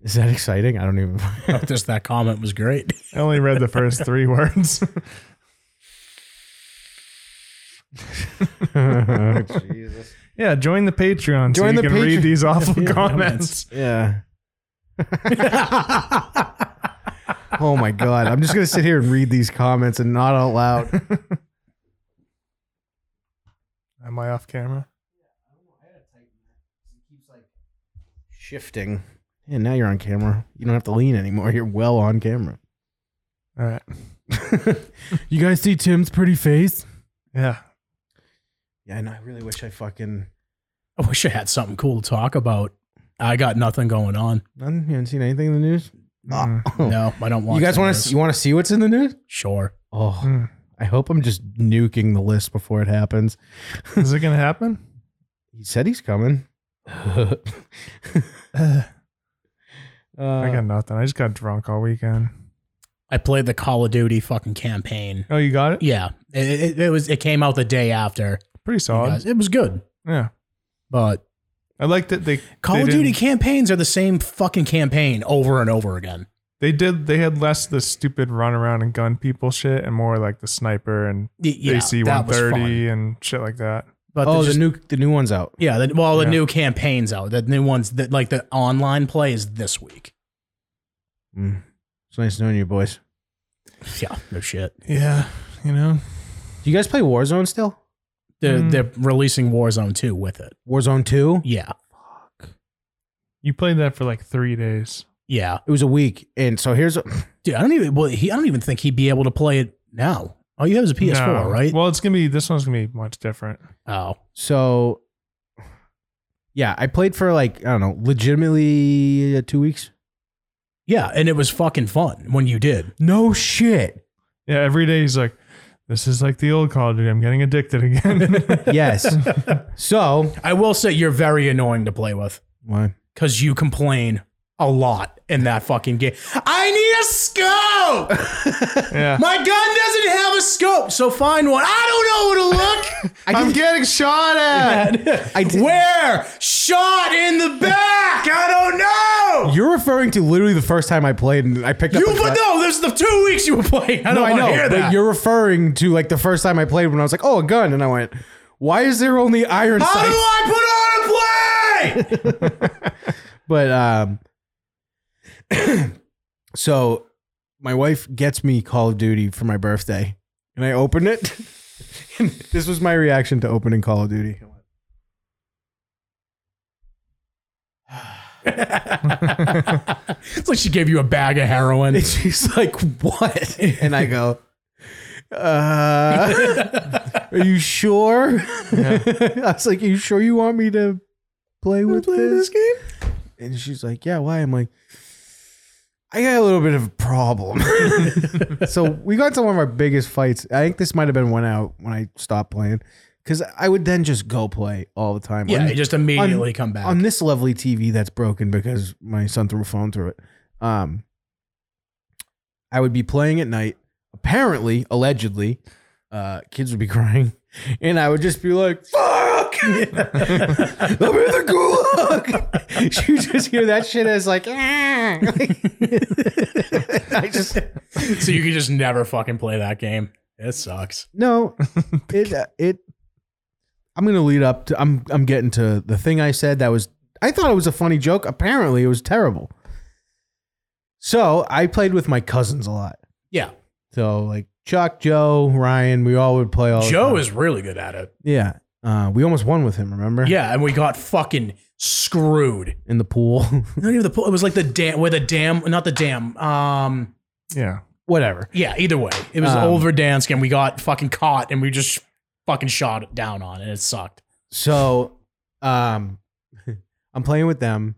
Speaker 2: Is that exciting? I don't even.
Speaker 1: just that comment was great.
Speaker 3: I only read the first three words.
Speaker 2: Jesus.
Speaker 3: yeah, join the Patreon so
Speaker 2: Join
Speaker 3: you
Speaker 2: the
Speaker 3: can read
Speaker 2: Patreon.
Speaker 3: these awful comments.
Speaker 2: Yeah. oh my god! I'm just gonna sit here and read these comments and not out loud.
Speaker 3: Am I off camera?
Speaker 2: Shifting. And now you're on camera. You don't have to lean anymore. You're well on camera.
Speaker 3: All right.
Speaker 2: you guys see Tim's pretty face?
Speaker 3: Yeah.
Speaker 2: Yeah, I know. I really wish I fucking.
Speaker 1: I wish I had something cool to talk about. I got nothing going on.
Speaker 2: None. You haven't seen anything in the news?
Speaker 3: Mm.
Speaker 2: Oh.
Speaker 1: No, I don't want.
Speaker 2: you guys want
Speaker 1: this.
Speaker 2: to? You want to see what's in the news?
Speaker 1: Sure.
Speaker 2: Oh,
Speaker 3: Mm.
Speaker 2: I hope I'm just nuking the list before it happens.
Speaker 3: Mm. Is it gonna happen?
Speaker 2: He said he's coming. uh,
Speaker 3: I got nothing. I just got drunk all weekend.
Speaker 1: I played the Call of Duty fucking campaign.
Speaker 3: Oh, you got it?
Speaker 1: Yeah, it, it, it was. It came out the day after.
Speaker 3: Pretty
Speaker 1: you
Speaker 3: solid.
Speaker 1: guys. It was good,
Speaker 3: Yeah.
Speaker 1: but
Speaker 3: I like that they
Speaker 1: Call
Speaker 3: they
Speaker 1: of Duty
Speaker 3: didn't-
Speaker 1: campaigns are the same fucking campaign over and over again.
Speaker 3: They did. They had less the stupid run around and gun people shit, and more like the sniper and
Speaker 1: Y- yeah,
Speaker 3: AC
Speaker 1: that was
Speaker 3: 130 and shit like that.
Speaker 1: But
Speaker 2: Oh,
Speaker 1: the
Speaker 2: the new the new one's out.
Speaker 1: yeah, the, well, the
Speaker 3: Yeah.
Speaker 1: new campaigns out. The new ones that like the online play is this week.
Speaker 2: Mm. It's nice knowing you boys.
Speaker 1: Yeah, no shit.
Speaker 3: Yeah, you know.
Speaker 2: Do you guys play Warzone still?
Speaker 1: They're
Speaker 3: Mm.
Speaker 1: they're releasing Warzone 2 with it.
Speaker 2: Warzone Two.
Speaker 1: Yeah,
Speaker 3: You played that for like three days.
Speaker 1: yeah,
Speaker 2: It was a week, and so here's a,
Speaker 1: dude. I don't even. Well, he. I don't even think he'd be able to play it now. All you have is a PS4,
Speaker 3: No.
Speaker 1: right?
Speaker 3: Well, it's gonna be this one's gonna be much different.
Speaker 1: oh,
Speaker 2: so. Yeah, I played for like I don't know, legitimately uh, two weeks.
Speaker 1: yeah, and it was fucking fun when you did.
Speaker 2: No shit.
Speaker 3: Yeah, every day he's like, "This is like the old Call of Duty. I'm getting addicted again."
Speaker 2: Yes. so
Speaker 1: I will say you're very annoying to play with
Speaker 2: why?
Speaker 1: because you complain a lot in that fucking game. I need a scope.
Speaker 3: yeah,
Speaker 1: My gun doesn't have a scope, so find one. I don't know where to look.
Speaker 3: I'm getting shot at.
Speaker 1: Where? Shot in the back. I don't know.
Speaker 2: You're referring to literally the first time I played, and I picked
Speaker 1: You
Speaker 2: up. a
Speaker 1: but
Speaker 2: gun.
Speaker 1: no, this is the two weeks you were playing. I don't
Speaker 2: No, I
Speaker 1: want to
Speaker 2: know,
Speaker 1: hear
Speaker 2: but
Speaker 1: that.
Speaker 2: you're referring to like the first time I played when I was like, "Oh, a gun," and I went, "Why is there only iron
Speaker 1: How do
Speaker 2: sights?"
Speaker 1: I put on a play?
Speaker 2: But um, so my wife gets me Call of Duty for my birthday, and I open it. and this was my reaction to opening Call of Duty.
Speaker 1: it's like she gave you a bag of heroin.
Speaker 2: And she's like, "What?" And I go, "Uh, are you sure?" I was like, "You sure you want me to play with this? game?" And she's like, "Yeah, why?" I'm like, "I got a little bit of a problem." so we got to one of our biggest fights. I think this might have been one out when I stopped playing because I would then just go play all the time.
Speaker 1: Yeah,
Speaker 2: On-
Speaker 1: you just immediately come back.
Speaker 2: on this lovely TV that's broken because my son threw a phone through it. Um, I would be playing at night. Apparently, allegedly, uh, kids would be crying, and I would just be like, "Fuck, I'm in the gulag." you just hear that shit as like, "Ah." I just
Speaker 1: so you could just never fucking play that game. It sucks.
Speaker 2: no, it uh, it. I'm gonna lead up to. I'm I'm getting to the thing I said that was. I thought it was a funny joke. Apparently, it was terrible. So I played with my cousins a lot.
Speaker 1: Yeah.
Speaker 2: So like Chuck, Joe, Ryan, we all would play all. the
Speaker 1: Joe
Speaker 2: time.
Speaker 1: is really good at it.
Speaker 2: yeah. Uh, we almost won with him. Remember?
Speaker 1: Yeah, and we got fucking screwed.
Speaker 2: In the pool.
Speaker 1: Not even the pool. It was like the dam where the dam not the dam. Um
Speaker 3: Yeah,
Speaker 2: Whatever.
Speaker 1: yeah, either way. It was
Speaker 2: Um,
Speaker 1: over Dansk and we got fucking caught and we just fucking shot down on it. It sucked.
Speaker 2: So, um, I'm playing with them,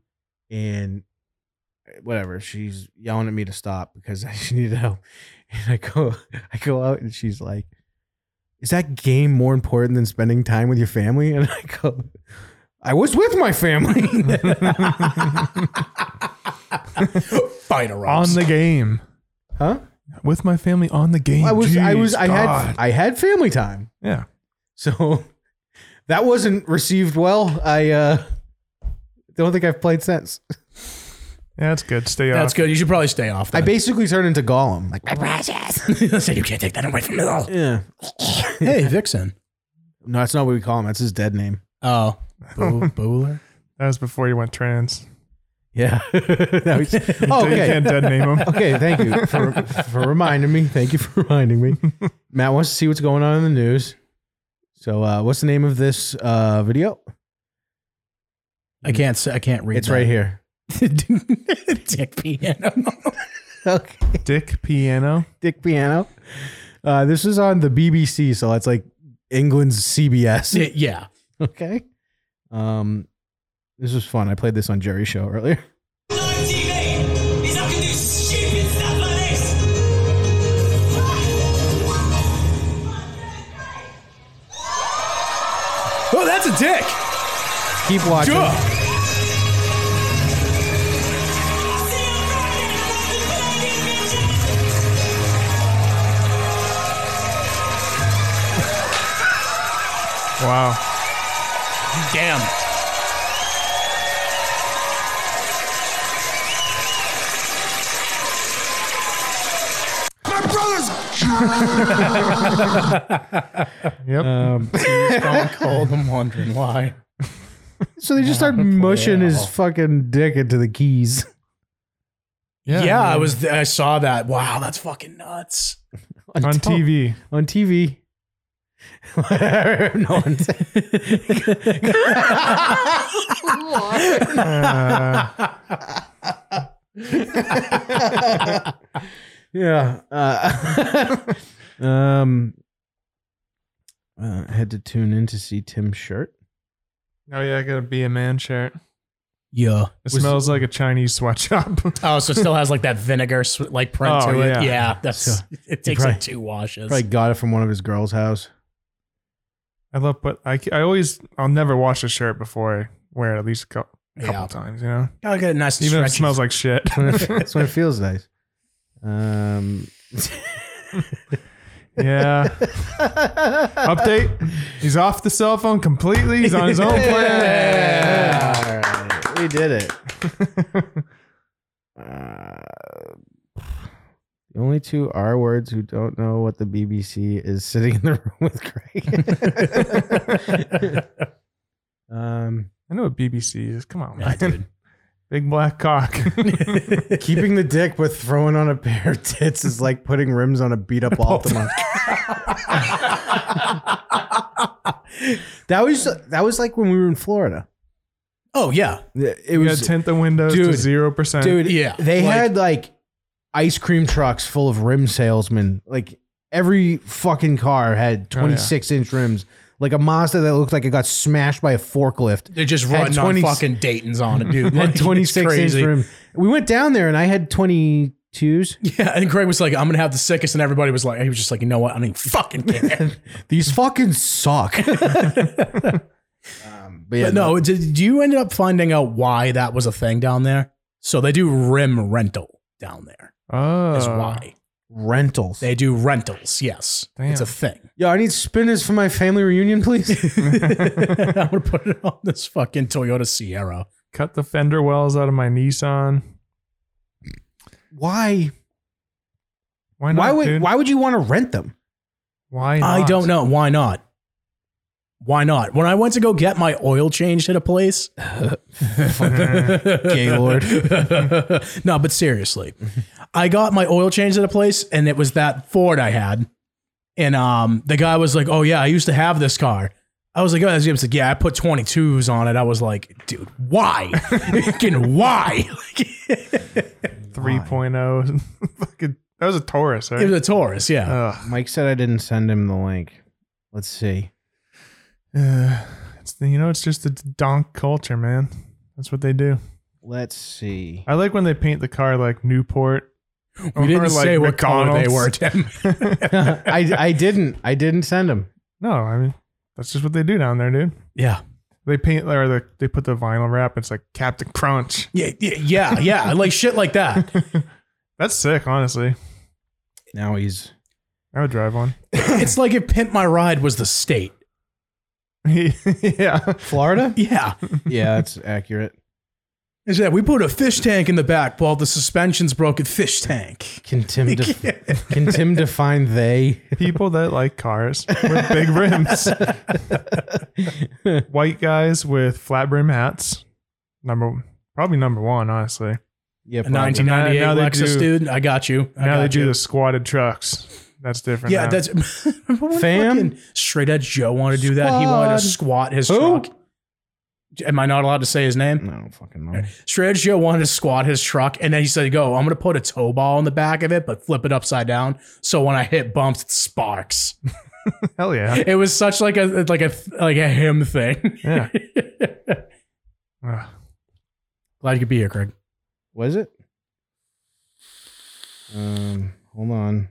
Speaker 2: and eh, whatever. She's yelling at me to stop because she needed help. And I go, I go out, and she's like, "Is that game more important than spending time with your family?" And I go, "I was with my family."
Speaker 1: Fighter
Speaker 3: on the game
Speaker 2: huh?
Speaker 3: with my family on the game.
Speaker 2: I was, I was,
Speaker 3: Jeez,
Speaker 2: I
Speaker 3: God.
Speaker 2: had, I had family time.
Speaker 3: yeah.
Speaker 2: So that wasn't received well. I uh, don't think I've played since.
Speaker 3: Yeah, that's good. Stay
Speaker 1: That's
Speaker 3: off.
Speaker 1: good. You should probably stay off
Speaker 2: I
Speaker 1: that.
Speaker 2: basically turned into Gollum. Like,
Speaker 6: My precious.
Speaker 1: so you can't take that away from me.
Speaker 2: yeah.
Speaker 1: Hey, Vixen.
Speaker 2: No, that's not what we call him. That's his dead name.
Speaker 1: Oh. Bo- Bowler?
Speaker 3: That was before you went trans.
Speaker 2: Yeah. Now he's-
Speaker 3: So
Speaker 2: oh,
Speaker 3: you
Speaker 2: okay.
Speaker 3: can't dead name him.
Speaker 2: Okay. Thank you for, for reminding me. Thank you for reminding me. Matt wants to see what's going on in the news. So, uh, what's the name of this uh, video?
Speaker 1: I can't say I can't read
Speaker 2: It's right here.
Speaker 1: here. Dick piano.
Speaker 2: Okay.
Speaker 3: Dick Piano.
Speaker 2: Dick Piano. Uh, this is on the BBC, so that's like England's CBS.
Speaker 1: yeah.
Speaker 2: Okay. Um, this was fun. I played this on Jerry's show earlier.
Speaker 1: Oh, that's a dick.
Speaker 2: Keep watching.
Speaker 1: Sure.
Speaker 3: Wow.
Speaker 1: Damn. Stone Cold. I'm wondering why.
Speaker 2: So they just start mushing his fucking dick into the keys.
Speaker 1: Yeah, I was. I saw that. Wow, that's fucking nuts.
Speaker 3: on
Speaker 2: top-
Speaker 3: TV.
Speaker 2: On TV. no one's.
Speaker 3: Uh,
Speaker 2: Yeah. Uh, um, uh, I had to tune in to see Tim's shirt.
Speaker 3: Oh yeah, I got a be a man shirt.
Speaker 1: Yeah.
Speaker 3: It smells like a Chinese sweatshop.
Speaker 1: Oh, so it still has like that vinegar sw- like print
Speaker 3: Oh,
Speaker 1: to
Speaker 3: yeah.
Speaker 1: it. Yeah, that's
Speaker 2: So,
Speaker 1: it takes
Speaker 2: probably-
Speaker 1: like two washes.
Speaker 2: Probably got it from one of his girls' house.
Speaker 3: I love, but I, I always I'll never wash a shirt before I wear it at least a couple, couple
Speaker 1: Yeah.
Speaker 3: times. You know,
Speaker 1: Gotta get it nice and
Speaker 3: even if it
Speaker 1: stretchy.
Speaker 3: smells like shit.
Speaker 2: That's when it feels nice. Um,
Speaker 3: yeah. Update. He's off the cell phone completely. He's on his own planet.
Speaker 2: All right, we did it. Uh, the only two R words who don't know what the BBC is sitting in the room with Craig. um,
Speaker 3: I know what BBC is. Come on,
Speaker 1: Yeah,
Speaker 3: man.
Speaker 1: dude.
Speaker 3: Big black cock.
Speaker 2: keeping the dick with throwing on a pair of tits is like putting rims on a beat up Altima. that was that was like when we were in Florida.
Speaker 1: oh yeah,
Speaker 2: It
Speaker 3: You gotta
Speaker 2: was
Speaker 3: tint the windows
Speaker 2: Dude.
Speaker 3: to zero percent.
Speaker 2: dude.
Speaker 1: Yeah,
Speaker 2: they
Speaker 1: like-
Speaker 2: had like ice cream trucks full of rim salesmen. Like every fucking car had
Speaker 3: yeah.
Speaker 2: twenty six inch rims. Like a Mazda that looked like it got smashed by a forklift.
Speaker 1: they're just
Speaker 2: Had
Speaker 1: running
Speaker 2: 20
Speaker 1: on fucking Dayton's on it, dude. Like,
Speaker 2: Had
Speaker 1: it's
Speaker 2: twenty six inch
Speaker 1: crazy.
Speaker 2: rim. We went down there and I had twenty twos.
Speaker 1: Yeah, and Greg was like, "I'm gonna have the sickest," and everybody was like, "He was just like, you know what? I don't even fucking care."
Speaker 2: These fucking suck. um, but yeah,
Speaker 1: but no, did, do you end up finding out why that was a thing down there? So they do rim rental down there.
Speaker 3: oh,
Speaker 1: Is why
Speaker 2: rentals.
Speaker 1: they do rentals. Yes, it's a
Speaker 3: Damn.
Speaker 1: thing.
Speaker 2: Yo, I need spinners for my family reunion, please.
Speaker 1: I'm gonna put it on this fucking Toyota Sierra.
Speaker 3: cut the fender wells out of my Nissan.
Speaker 2: why?
Speaker 3: Why not?
Speaker 2: Why would
Speaker 3: dude?
Speaker 2: why would you want to rent them?
Speaker 3: Why
Speaker 1: I
Speaker 3: not?
Speaker 1: don't know why not. Why not? When I went to go get my oil changed at a place,
Speaker 2: Gaylord.
Speaker 1: no, but seriously, I got my oil changed at a place, and it was that Ford I had, and um, the guy was like, "Oh yeah, I used to have this car." I was like, "Oh," he was like, "Yeah, I put 22s on it." I was like, "Dude, why? Fucking why?" Like,
Speaker 3: 3.0. oh. Fucking, that was a Taurus,
Speaker 1: it was
Speaker 3: right?
Speaker 1: a Taurus, yeah.
Speaker 3: Ugh.
Speaker 2: Mike said I didn't send him the link. Let's see.
Speaker 3: It's the, you know, it's just the donk culture, man. That's what they do.
Speaker 2: Let's see.
Speaker 3: I like when they paint the car like Newport.
Speaker 1: we didn't
Speaker 3: or, like,
Speaker 1: say what color they
Speaker 3: McDonald's.
Speaker 1: were, Tim.
Speaker 2: I, I didn't. I didn't send him.
Speaker 3: No, I mean that's just what they do down there, dude.
Speaker 1: yeah.
Speaker 3: They paint or the, they put the vinyl wrap. It's like Captain Crunch.
Speaker 1: Yeah, yeah, yeah, yeah, like shit like that.
Speaker 3: That's sick, honestly.
Speaker 2: Now he's
Speaker 3: I would drive one.
Speaker 1: It's like if Pimp My Ride was the state.
Speaker 3: yeah,
Speaker 2: Florida.
Speaker 1: Yeah.
Speaker 2: yeah, that's accurate.
Speaker 1: Is that we put a fish tank in the back while the suspension's broken fish tank.
Speaker 2: Can Tim def- can Tim define they?
Speaker 3: people that like cars with big rims. White guys with flat brim hats. Number probably number one, honestly.
Speaker 2: Yeah,
Speaker 1: A
Speaker 2: probably.
Speaker 1: 1998
Speaker 3: Now- now they
Speaker 1: Lexus,
Speaker 3: do-
Speaker 1: dude. I got you. I
Speaker 3: now
Speaker 1: got
Speaker 3: they do
Speaker 1: you.
Speaker 3: the squatted trucks. That's different.
Speaker 1: Yeah,
Speaker 3: now.
Speaker 1: that's Remember
Speaker 2: Fam?
Speaker 1: when fucking Straight Edge Joe wanted to do that. He wanted to squat his
Speaker 2: Who?
Speaker 1: truck. Am I not allowed to say his name?
Speaker 2: I don't fucking know.
Speaker 1: Straight Edge Joe wanted to squat his truck, and then he said, "Go, I'm gonna put a tow ball on the back of it, but flip it upside down, so when I hit bumps, it sparks."
Speaker 3: hell yeah.
Speaker 1: It was such like a like a like a him thing.
Speaker 3: Yeah.
Speaker 1: Oh,
Speaker 3: Ugh.
Speaker 1: Glad you could be here, Craig.
Speaker 2: Was it? Um, hold on.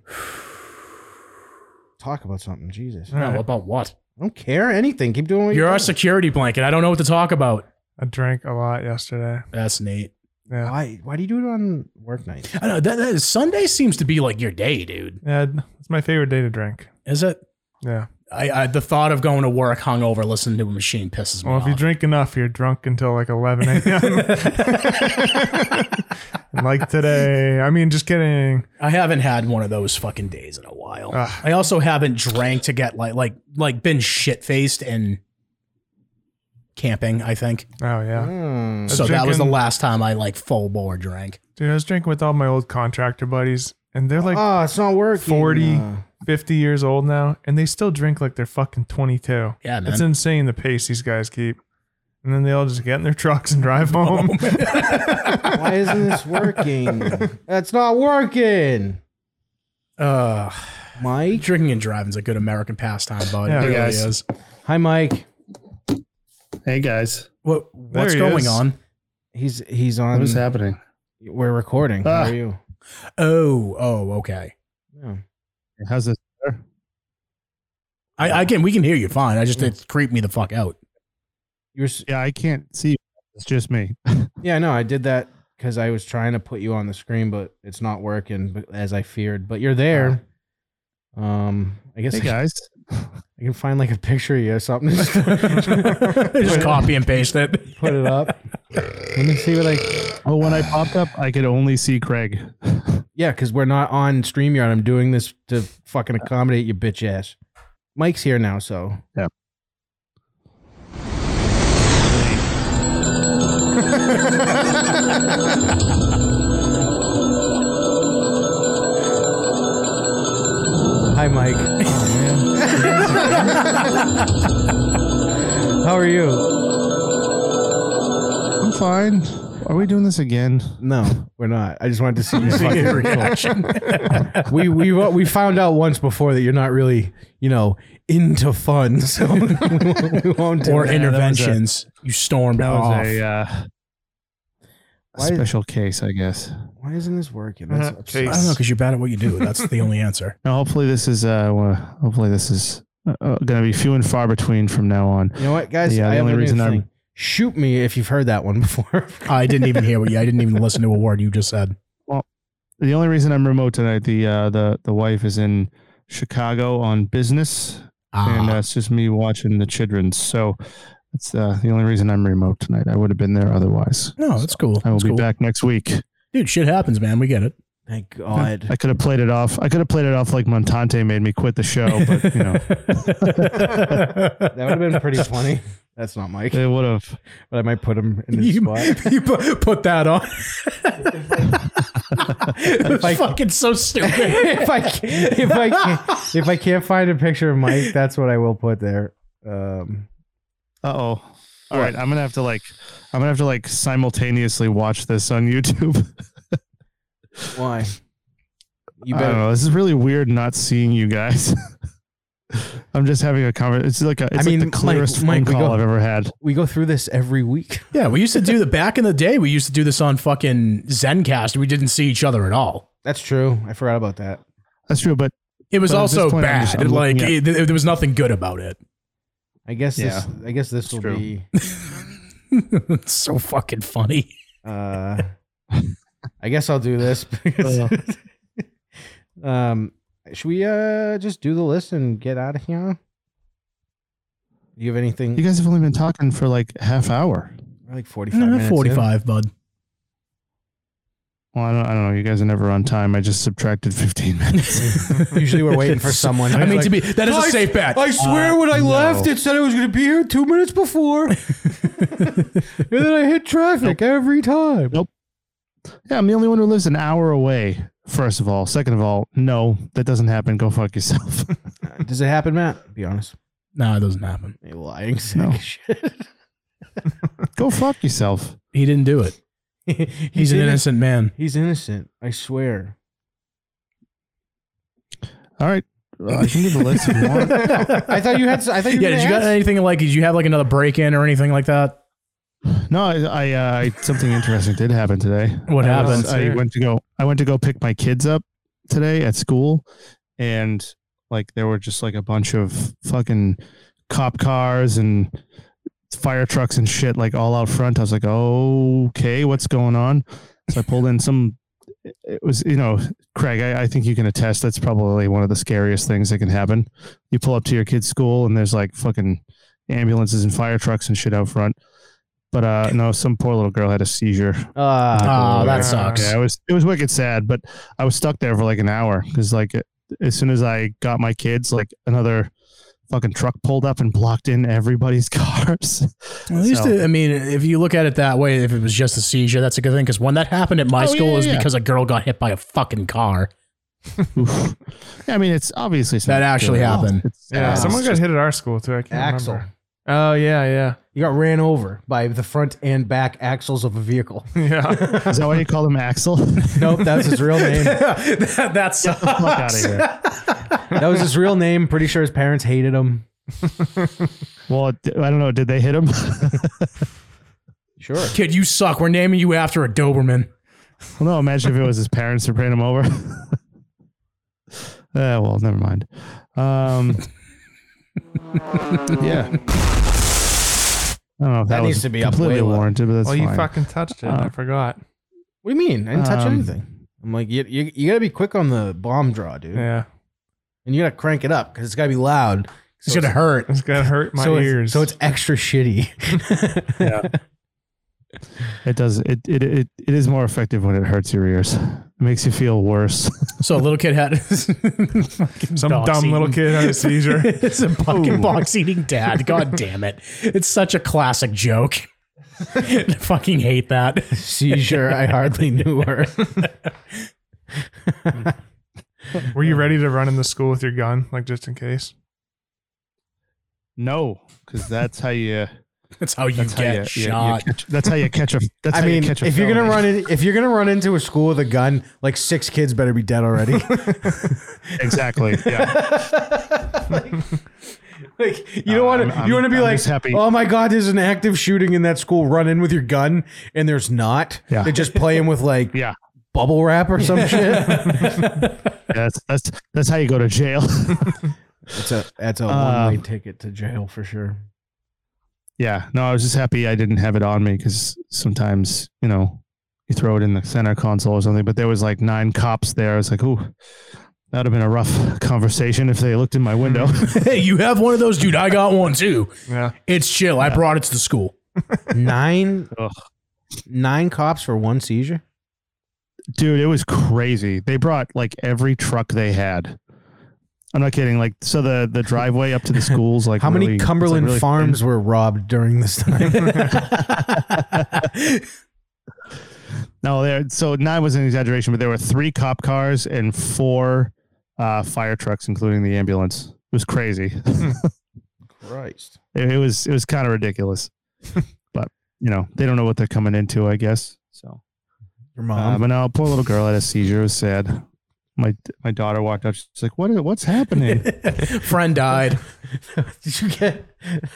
Speaker 2: Talk about something, Jesus. I
Speaker 3: All right.
Speaker 1: No, about what?
Speaker 2: don't care anything. Keep doing what
Speaker 1: You're
Speaker 2: you're.
Speaker 1: our security blanket. I don't know what to talk about.
Speaker 3: I drank a lot yesterday.
Speaker 1: That's neat.
Speaker 3: Yeah.
Speaker 2: Why? Why do you do it on work nights?
Speaker 1: I know that, that Sunday seems to be like your day, dude.
Speaker 3: Yeah, it's my favorite day to drink.
Speaker 1: Is it?
Speaker 3: Yeah.
Speaker 1: I, I the thought of going to work hungover listening to a machine pisses me
Speaker 3: Well, if you
Speaker 1: off.
Speaker 3: drink enough, you're drunk until like 11 a.m. And like today. I mean, just kidding.
Speaker 1: I haven't had one of those fucking days in a while. I also haven't drank to get like like like been shit faced and camping. I think
Speaker 3: Oh, yeah.
Speaker 1: Mm. so. That was the
Speaker 3: drinking-
Speaker 1: last time I like full bore drank.
Speaker 3: Dude, I was drinking with all my old contractor buddies, and they're like
Speaker 2: Oh, it's not working.
Speaker 3: 40,
Speaker 2: Uh,
Speaker 3: 50 years old now, and they still drink like they're fucking 22.
Speaker 1: Yeah, man.
Speaker 3: It's insane the pace these guys keep. And then they all just get in their trucks and drive
Speaker 9: Oh,
Speaker 3: home.
Speaker 2: why isn't this working? That's not working.
Speaker 1: Uh,
Speaker 2: Mike.
Speaker 1: drinking and driving's a good American pastime, bud.
Speaker 3: Yeah.
Speaker 1: it
Speaker 3: Hey,
Speaker 1: really
Speaker 9: guys.
Speaker 1: is.
Speaker 2: Hi, Mike.
Speaker 9: Hey guys,
Speaker 1: What what's
Speaker 3: he
Speaker 1: going
Speaker 3: is.
Speaker 1: on?
Speaker 2: He's he's on.
Speaker 9: what is happening?
Speaker 2: We're recording. How
Speaker 9: Ah.
Speaker 2: are you?
Speaker 1: Oh, oh, okay.
Speaker 2: Yeah.
Speaker 9: How's this?
Speaker 1: I, I can we can hear you fine. I just it creeped me the fuck out.
Speaker 2: You were, s-
Speaker 9: Yeah, I can't see. you. It's just me.
Speaker 2: yeah, no, I did that because I was trying to put you on the screen, but it's not working but- as I feared. But you're there. Um, I guess
Speaker 9: Hey
Speaker 2: I,
Speaker 9: guys,
Speaker 2: I can find like a picture of you or something. Just
Speaker 1: just copy and paste it.
Speaker 2: put it up. Let me see what I.
Speaker 9: well, when I popped up, I could only see Craig.
Speaker 2: Yeah, because we're not on Streamyard. I'm doing this to fucking accommodate your bitch ass. Mike's here now, so hi, Mike. How are you?
Speaker 9: I'm fine. Are we doing this again?
Speaker 2: No, we're not. I just wanted to see you. fucking
Speaker 1: reaction.
Speaker 2: we we we found out once before that you're not really you know into fun, so we won't, we won't do
Speaker 1: or
Speaker 2: that.
Speaker 1: interventions. you stormed
Speaker 9: That was
Speaker 1: off.
Speaker 9: a, uh, a
Speaker 2: Why-
Speaker 9: special case, I guess.
Speaker 2: Why isn't this working? That's
Speaker 3: Uh,
Speaker 2: upsetting.
Speaker 1: I don't know because you're bad at what you do. That's the only answer.
Speaker 9: Now, hopefully, this is uh, well, hopefully this is uh, uh, going to be few and far between from now on.
Speaker 2: You know what, guys?
Speaker 9: Yeah,
Speaker 2: I
Speaker 9: the
Speaker 2: have
Speaker 9: only
Speaker 2: a new
Speaker 9: reason I'm-
Speaker 2: thing. shoot me if you've heard that one before.
Speaker 1: I didn't even hear what you. I didn't even listen to a word you just said.
Speaker 9: The only reason I'm remote tonight, the uh, the the wife is in Chicago on business, and uh,
Speaker 1: Ah,
Speaker 9: it's just me watching the children. So that's uh, the only reason I'm remote tonight. I would have been there otherwise.
Speaker 1: no, that's cool.
Speaker 9: I will
Speaker 1: That's
Speaker 9: be
Speaker 1: cool.
Speaker 9: back next week.
Speaker 1: dude. Shit happens, man. We get it.
Speaker 2: Thank God.
Speaker 9: I could have played it off. I could have played it off like Montante made me quit the show, but you know,
Speaker 2: That would have been pretty funny. That's not Mike,
Speaker 9: it would have.
Speaker 2: but I might put him in his
Speaker 1: You,
Speaker 2: spot.
Speaker 1: you pu- put that on. it was
Speaker 2: I-
Speaker 1: fucking so stupid.
Speaker 2: if I can, if I can, if I can't find a picture of Mike, that's what I will put there. Um,
Speaker 9: Uh oh. All right, I'm gonna have to like, I'm gonna have to like simultaneously watch this on YouTube.
Speaker 2: why? You
Speaker 9: I don't
Speaker 2: better.
Speaker 9: know. This is really weird not seeing you guys. I'm just having a conversation. It's like a, it's
Speaker 2: mean,
Speaker 9: like the clearest
Speaker 2: Mike-
Speaker 9: phone
Speaker 2: Mike, we
Speaker 9: call
Speaker 2: go-
Speaker 9: I've ever had.
Speaker 2: We go through this every week.
Speaker 1: yeah, we used to do the back in the day. We used to do this on fucking ZenCast. We didn't see each other at all.
Speaker 2: That's true. I forgot about that.
Speaker 9: That's true, but
Speaker 1: It was
Speaker 9: But at
Speaker 1: also
Speaker 9: this point, I'm
Speaker 1: bad.
Speaker 9: just- I'm
Speaker 1: like
Speaker 9: looking
Speaker 1: it, there was nothing good about it.
Speaker 2: I guess this. I guess this will
Speaker 9: true.
Speaker 2: be.
Speaker 1: it's so fucking funny.
Speaker 2: Uh, I guess I'll do this. because- um, should we uh just do the list and get out of here? Do you have anything?
Speaker 9: you guys have only been talking for like half hour.
Speaker 2: We're like forty-five
Speaker 1: Nah,
Speaker 2: minutes. in.
Speaker 1: Forty-five, bud.
Speaker 9: Well, I don't, I don't know. You guys are never on time. I just subtracted 15 minutes.
Speaker 2: Usually we're waiting for someone.
Speaker 1: I mean, to be that is a safe bet. Uh,
Speaker 2: I swear, when I left, it said I was going to be here two minutes before, and then I hit traffic every time.
Speaker 9: yeah, I'm the only one who lives an hour away. First of all, second of all, no, that doesn't happen. Go fuck yourself.
Speaker 2: Does it happen, Matt? Be honest.
Speaker 1: No, it doesn't happen.
Speaker 2: You're lying sick
Speaker 9: No.
Speaker 2: shit.
Speaker 9: Go fuck yourself.
Speaker 1: He didn't do it. He's an
Speaker 2: innocent.
Speaker 1: innocent man.
Speaker 2: He's innocent. I swear.
Speaker 9: All right, Well, I can give the list if you want.
Speaker 2: I thought you had. I thought you.
Speaker 1: Yeah,
Speaker 2: Were
Speaker 1: did you
Speaker 2: gonna
Speaker 1: got
Speaker 2: ask.
Speaker 1: anything like? Did you have like another break-in or anything like that?
Speaker 9: No, I, I, uh, I something interesting did happen today.
Speaker 2: Oh,
Speaker 1: What
Speaker 9: I was-
Speaker 1: happened?
Speaker 9: I went to go. I went to go pick my kids up today at school, and like there were just like a bunch of fucking cop cars and fire trucks and shit like all out front. I was like, okay, what's going on? So I pulled in some it was you know craig I, I think you can attest that's probably one of the scariest things that can happen you pull up to your kid's school and there's like fucking ambulances and fire trucks and shit out front but uh no some poor little girl had a seizure
Speaker 2: Ah,
Speaker 1: Oh,
Speaker 2: boy.
Speaker 1: that sucks.
Speaker 9: yeah it was it was wicked sad but i was stuck there for like an hour because like as soon as i got my kids like another fucking truck pulled up and blocked in everybody's cars
Speaker 1: Well, at least,
Speaker 9: So-
Speaker 1: it- I mean, if you look at it that way, if it was just a seizure, that's a good thing. Because when that happened at my
Speaker 9: Oh,
Speaker 1: school,
Speaker 9: yeah,
Speaker 1: it was
Speaker 9: yeah.
Speaker 1: because a girl got hit by a fucking car.
Speaker 9: Oof. Yeah, I mean, it's obviously it's
Speaker 1: That
Speaker 9: not
Speaker 1: actually
Speaker 9: good.
Speaker 1: happened.
Speaker 9: It's-
Speaker 3: Yeah,
Speaker 9: it's
Speaker 3: someone got
Speaker 9: just-
Speaker 3: hit at our school too. I can't
Speaker 2: Axle.
Speaker 3: remember. Oh yeah,
Speaker 2: You got ran over by the front and back axles of a vehicle.
Speaker 3: yeah, yeah.
Speaker 9: Is that why you call him Axel?
Speaker 2: Nope, that was his real name.
Speaker 1: that, that's
Speaker 9: Fuck out of here.
Speaker 2: That was his real name. Pretty sure his parents hated him.
Speaker 9: Well, d- I don't know. Did they hit him?
Speaker 2: Sure.
Speaker 1: kid. You suck. We're naming you after a Doberman.
Speaker 9: well, no. Imagine if it was his parents that ran him over. Uh, well, never mind. Um, yeah. I don't know if that,
Speaker 2: That
Speaker 9: was
Speaker 2: needs to be up
Speaker 9: completely
Speaker 2: way low. Oh,
Speaker 9: warranted, but that's
Speaker 3: well, you
Speaker 9: fine. Uh,
Speaker 3: fucking touched it. I forgot.
Speaker 2: What do you mean? I didn't touch
Speaker 9: Um,
Speaker 2: anything. I'm like, you, you, you got to be quick on the bomb draw, dude.
Speaker 3: Yeah,
Speaker 2: And you got to crank it up because it's got to be loud.
Speaker 1: It's gonna hurt.
Speaker 3: it's gonna hurt my
Speaker 2: so
Speaker 3: ears.
Speaker 2: It's, so it's extra shitty.
Speaker 9: It does. It, it it it is more effective when it hurts your ears. It makes you feel worse.
Speaker 1: So a little kid had some
Speaker 3: some dumb little kid had a seizure.
Speaker 1: it's a fucking box eating dad. God damn it! It's such a classic joke. I fucking hate that.
Speaker 2: Seizure. I hardly knew her.
Speaker 3: Were you ready to run in the school with your gun, like just in case?
Speaker 9: No, because that's how you.
Speaker 1: That's how you
Speaker 9: That's how
Speaker 1: get
Speaker 9: you, you- you
Speaker 1: shot.
Speaker 9: catch- that's how you catch a. That's
Speaker 2: I
Speaker 9: how
Speaker 2: mean,
Speaker 9: you catch a
Speaker 2: if you're gonna run
Speaker 9: felony.
Speaker 2: in, if you're gonna run into a school with a gun, like six kids better be dead already.
Speaker 9: exactly. Yeah.
Speaker 2: Like you don't want to
Speaker 9: I'm-
Speaker 2: you want to be
Speaker 9: I'm
Speaker 2: like
Speaker 9: just happy-
Speaker 2: oh my god there's an active shooting in that school run in with your gun and there's not
Speaker 9: Yeah.
Speaker 2: they're just playing with like
Speaker 9: Yeah.
Speaker 2: bubble wrap or some shit
Speaker 9: That's that's that's how you go to jail.
Speaker 2: that's a that's a
Speaker 9: Um,
Speaker 2: one way ticket to jail for sure
Speaker 9: yeah. No, I was just happy I didn't have it on me because sometimes you know you throw it in the center console or something. But there was like nine cops there. I was like, ooh, that would have been a rough conversation if they looked in my window.
Speaker 2: Mm-hmm.
Speaker 1: hey, you have one of those, dude. I got one too.
Speaker 3: Yeah.
Speaker 1: It's chill. I brought it to the school.
Speaker 2: nine
Speaker 9: Ugh.
Speaker 2: nine cops for one seizure
Speaker 9: Dude, it was crazy. They brought like every truck they had. I'm not kidding. Like, so the the driveway up to the schools, like
Speaker 2: how
Speaker 9: really-
Speaker 2: many
Speaker 9: it's, like,
Speaker 2: Cumberland
Speaker 9: really thin.
Speaker 2: farms were robbed during this time
Speaker 9: Um, No, there. So nine was an exaggeration, but there were three cop cars and four uh, fire trucks, including the ambulance. It was crazy.
Speaker 2: Christ
Speaker 9: it, it was it was kind of ridiculous, but you know they don't know what they're coming into, I guess. So,
Speaker 2: your
Speaker 9: uh,
Speaker 2: mom
Speaker 9: but no, poor little girl had a seizure. It was sad. My my daughter walked up. She's like, "What? Is, what's happening?"
Speaker 1: Friend died.
Speaker 2: did you get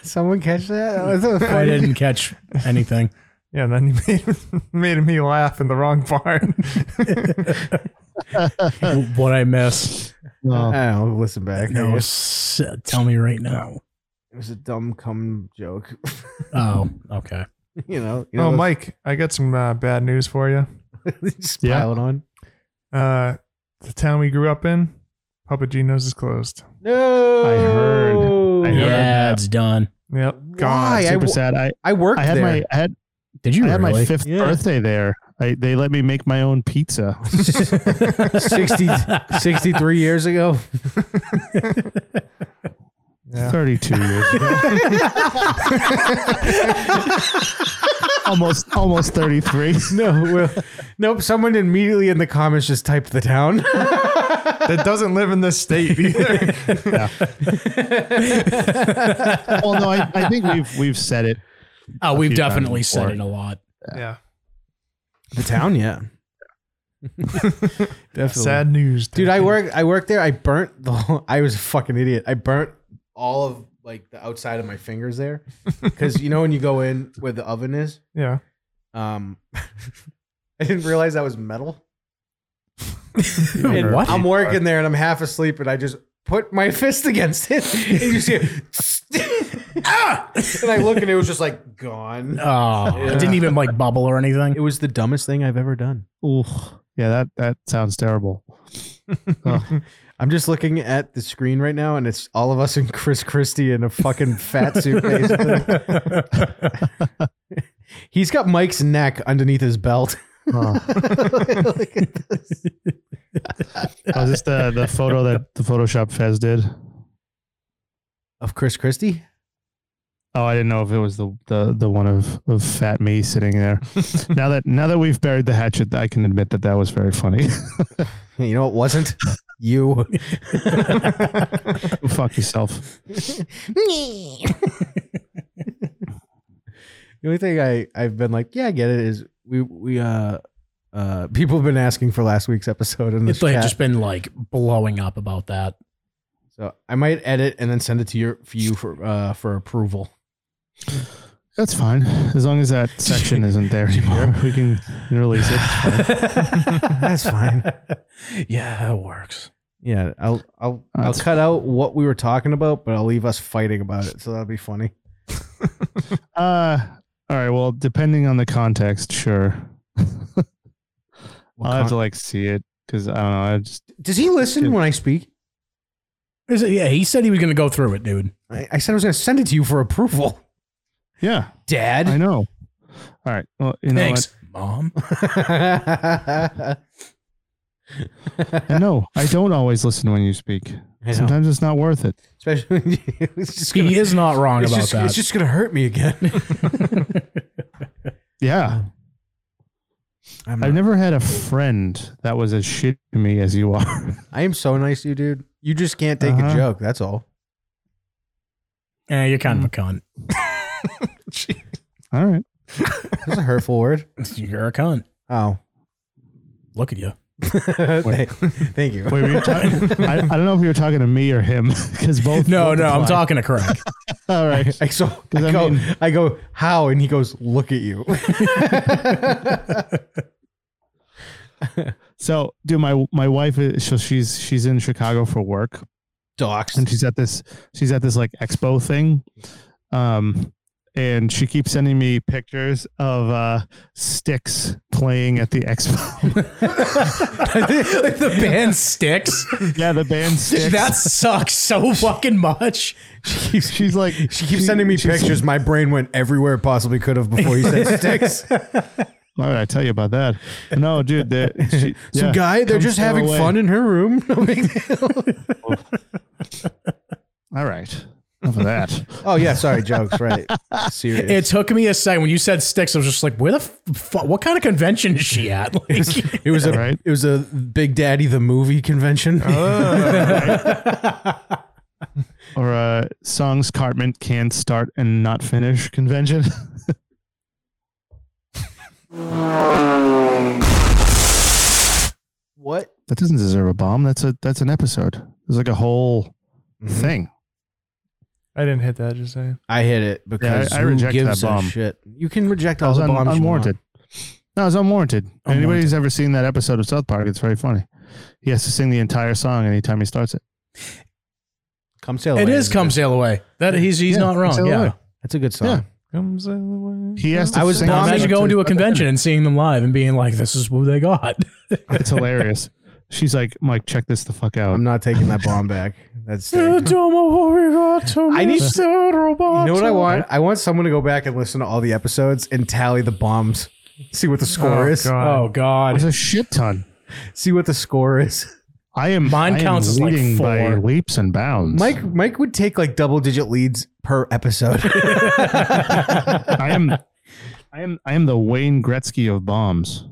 Speaker 2: someone catch that, that was so
Speaker 1: I
Speaker 2: funny.
Speaker 1: didn't catch anything.
Speaker 3: Yeah, and then you made made me laugh in the wrong part. Oh,
Speaker 1: what I miss.
Speaker 9: Oh,
Speaker 2: I don't know, listen back
Speaker 1: No,
Speaker 2: I guess.
Speaker 1: s- tell me right now.
Speaker 2: it was a dumb cum joke
Speaker 1: Oh, okay.
Speaker 2: you know you
Speaker 3: oh,
Speaker 2: know,
Speaker 3: Mike, I got some uh, bad news for you.
Speaker 2: just
Speaker 9: Yeah.
Speaker 2: pile it on
Speaker 3: Uh, the town we grew up in, Papa Gino's is closed.
Speaker 2: No,
Speaker 9: I heard. I
Speaker 2: I,
Speaker 9: heard.
Speaker 1: Yeah, it's done.
Speaker 3: Yep.
Speaker 2: Why? I
Speaker 9: super
Speaker 2: w-
Speaker 9: sad. I
Speaker 2: worked
Speaker 9: I had
Speaker 2: there.
Speaker 9: my I had,
Speaker 1: Did you
Speaker 9: I had my
Speaker 1: really?
Speaker 9: fifth
Speaker 2: Yeah.
Speaker 9: birthday there. I, they let me make my own pizza.
Speaker 2: 60,
Speaker 1: Oh,
Speaker 2: 63 years ago.
Speaker 9: 32 years ago. almost almost 33.
Speaker 2: No, well, nope. Someone immediately in the comments just typed the town.
Speaker 3: That doesn't live in this state either.
Speaker 9: Well, no, I, I think we've we've said it.
Speaker 1: Oh,
Speaker 9: few
Speaker 1: we've
Speaker 9: times
Speaker 1: definitely said
Speaker 9: before.
Speaker 1: it a lot.
Speaker 3: yeah.
Speaker 2: the town, yeah, definitely.
Speaker 3: Sad news,
Speaker 2: Dude, I work. I worked there. I burnt the. Whole, I was a fucking idiot. I burnt all of like the outside of my fingers there, because you know when you go in where the oven is.
Speaker 3: Yeah.
Speaker 2: Um, I didn't realize that was metal.
Speaker 1: what?
Speaker 2: I'm working there and I'm half asleep and I just put my fist against it and you see it. Ah! and I look and it was just like gone.
Speaker 1: Oh, it didn't even like bubble or anything.
Speaker 2: It was the dumbest thing I've ever done.
Speaker 9: Ooh. Yeah, that that sounds terrible. Oh.
Speaker 2: I'm just looking at the screen right now, and it's all of us and Chris Christie in a fucking fat suitcase. He's got Mike's neck underneath his belt.
Speaker 9: Oh.
Speaker 2: Look at this.
Speaker 9: Oh, is this the, the photo that the Photoshop Fez did?
Speaker 2: Of Chris Christie?
Speaker 9: Oh, I didn't know if it was the the, the one of, of fat me sitting there. now that now that we've buried the hatchet, I can admit that that was very funny.
Speaker 2: You know it wasn't? You.
Speaker 9: Go Fuck yourself.
Speaker 2: The only thing I I've been like, yeah, I get it. Is we we uh uh people have been asking for last week's episode in
Speaker 1: It's
Speaker 2: this
Speaker 1: like
Speaker 2: chat,
Speaker 1: just been like blowing up about that.
Speaker 2: so I might edit and then send it to your for you for uh for approval.
Speaker 9: That's fine as long as that section isn't there anymore. We can release it.
Speaker 2: That's fine.
Speaker 1: yeah, it works.
Speaker 2: Yeah, I'll I'll I'll
Speaker 9: That's-
Speaker 2: cut out what we were talking about, but I'll leave us fighting about it. So that'll be funny.
Speaker 9: Uh, all right. Well, depending on the context, sure. I'll have to like see it because I don't know. I just
Speaker 2: Does he listen when I speak?
Speaker 1: Is it, yeah, he said he was going to go through it, dude.
Speaker 2: I, I said I was going to send it to you for approval,
Speaker 9: yeah, I
Speaker 2: Dad.
Speaker 9: know. All right. Well, you know
Speaker 1: Thanks, mom.
Speaker 9: what? I know. I don't always listen when you speak.
Speaker 2: know.
Speaker 9: Sometimes it's not worth it.
Speaker 2: Especially, it's just gonna,
Speaker 1: He is not wrong
Speaker 2: it's
Speaker 1: about
Speaker 2: just,
Speaker 1: that.
Speaker 2: it's just going to hurt me again.
Speaker 9: Yeah.
Speaker 2: I'm
Speaker 9: I've never had a friend that was as shit to me as you are.
Speaker 2: I am so nice to you, dude. You just can't take a
Speaker 9: Uh-huh.
Speaker 2: joke. That's all.
Speaker 1: yeah, you're kind of a
Speaker 2: Mm.
Speaker 1: cunt.
Speaker 9: All right.
Speaker 2: That's a hurtful word.
Speaker 1: You're a cunt.
Speaker 2: Oh,
Speaker 1: Look at you.
Speaker 9: Uh,
Speaker 2: thank, thank you.
Speaker 9: Wait, were you talking? I, I don't know if you were talking to me or him because both.
Speaker 1: No,
Speaker 9: both
Speaker 1: no, I'm
Speaker 9: apply.
Speaker 1: talking to Craig.
Speaker 9: All right.
Speaker 2: I, so I,
Speaker 9: 'Cause I
Speaker 2: go,
Speaker 9: mean-
Speaker 2: I go, how? And he goes, look at you.
Speaker 9: So, dude, my my wife, is, so she's she's in Chicago for work,
Speaker 2: Doxed.
Speaker 9: and she's at this she's at this like expo thing um and she keeps sending me pictures of uh sticks playing at the expo
Speaker 1: the band sticks.
Speaker 9: yeah the band sticks
Speaker 1: That sucks so fucking much.
Speaker 9: she's like
Speaker 2: She keeps sending me
Speaker 9: she's-
Speaker 2: pictures. My brain went everywhere it possibly could have before you said sticks.
Speaker 9: why would i tell you about that no dude that she,
Speaker 2: Some
Speaker 9: yeah,
Speaker 2: guy, they're
Speaker 9: comes
Speaker 2: just
Speaker 9: far
Speaker 2: having
Speaker 9: away.
Speaker 2: fun in her room. No big deal.
Speaker 9: all right enough of that
Speaker 2: oh yeah, sorry, jokes. Right, serious.
Speaker 1: It took me a second when you said sticks. I was just like, where the fuck? What kind of convention is she at? Like,
Speaker 2: it was a
Speaker 9: Right. Uh-huh.
Speaker 2: it was a Big Daddy the movie convention.
Speaker 9: or uh songs cartman can start and not finish convention
Speaker 2: What?
Speaker 9: that doesn't deserve a bomb that's a that's an episode there's like a whole thing
Speaker 3: I didn't hit that. Just saying.
Speaker 2: I hit it because
Speaker 9: I
Speaker 2: who
Speaker 9: reject that
Speaker 2: gives a
Speaker 9: bomb.
Speaker 2: shit. You can reject
Speaker 9: That
Speaker 2: all
Speaker 9: was
Speaker 2: the
Speaker 9: un-
Speaker 2: bombs. you
Speaker 9: unwarranted.
Speaker 2: want.
Speaker 9: No, it's unwarranted. Anybody
Speaker 1: Unwarranted.
Speaker 9: who's ever seen that episode of South Park, it's very funny. He has to sing the entire song anytime he starts it.
Speaker 2: Come sail.
Speaker 1: it
Speaker 2: Away
Speaker 1: is come sail away. That he's he's
Speaker 9: Yeah,
Speaker 1: not
Speaker 9: Come
Speaker 1: wrong.
Speaker 9: Sail
Speaker 1: Yeah,
Speaker 9: Away.
Speaker 2: That's a good song.
Speaker 9: Yeah.
Speaker 3: Comes the way.
Speaker 9: He has to.
Speaker 2: I was
Speaker 9: sing
Speaker 2: bombed.
Speaker 9: it
Speaker 1: imagine
Speaker 2: Away.
Speaker 1: going to a convention and seeing them live and being like, this is what they got.
Speaker 9: It's hilarious. She's like, Mike, check this the fuck out.
Speaker 2: I'm not taking that bomb back. That's.
Speaker 1: I
Speaker 2: you need- know
Speaker 1: know
Speaker 2: what I want? I want someone to go back and listen to all the episodes and tally the bombs. See what the score is. Oh.
Speaker 1: Oh
Speaker 9: It's
Speaker 1: God,
Speaker 9: a shit ton.
Speaker 2: See what the score is.
Speaker 9: I am.
Speaker 1: Mine
Speaker 9: I am
Speaker 1: counts as like
Speaker 9: leading by
Speaker 1: four.
Speaker 9: leaps and bounds.
Speaker 2: Mike Mike would take like double digit leads per episode.
Speaker 9: I am. I am. I am the Wayne Gretzky of bombs.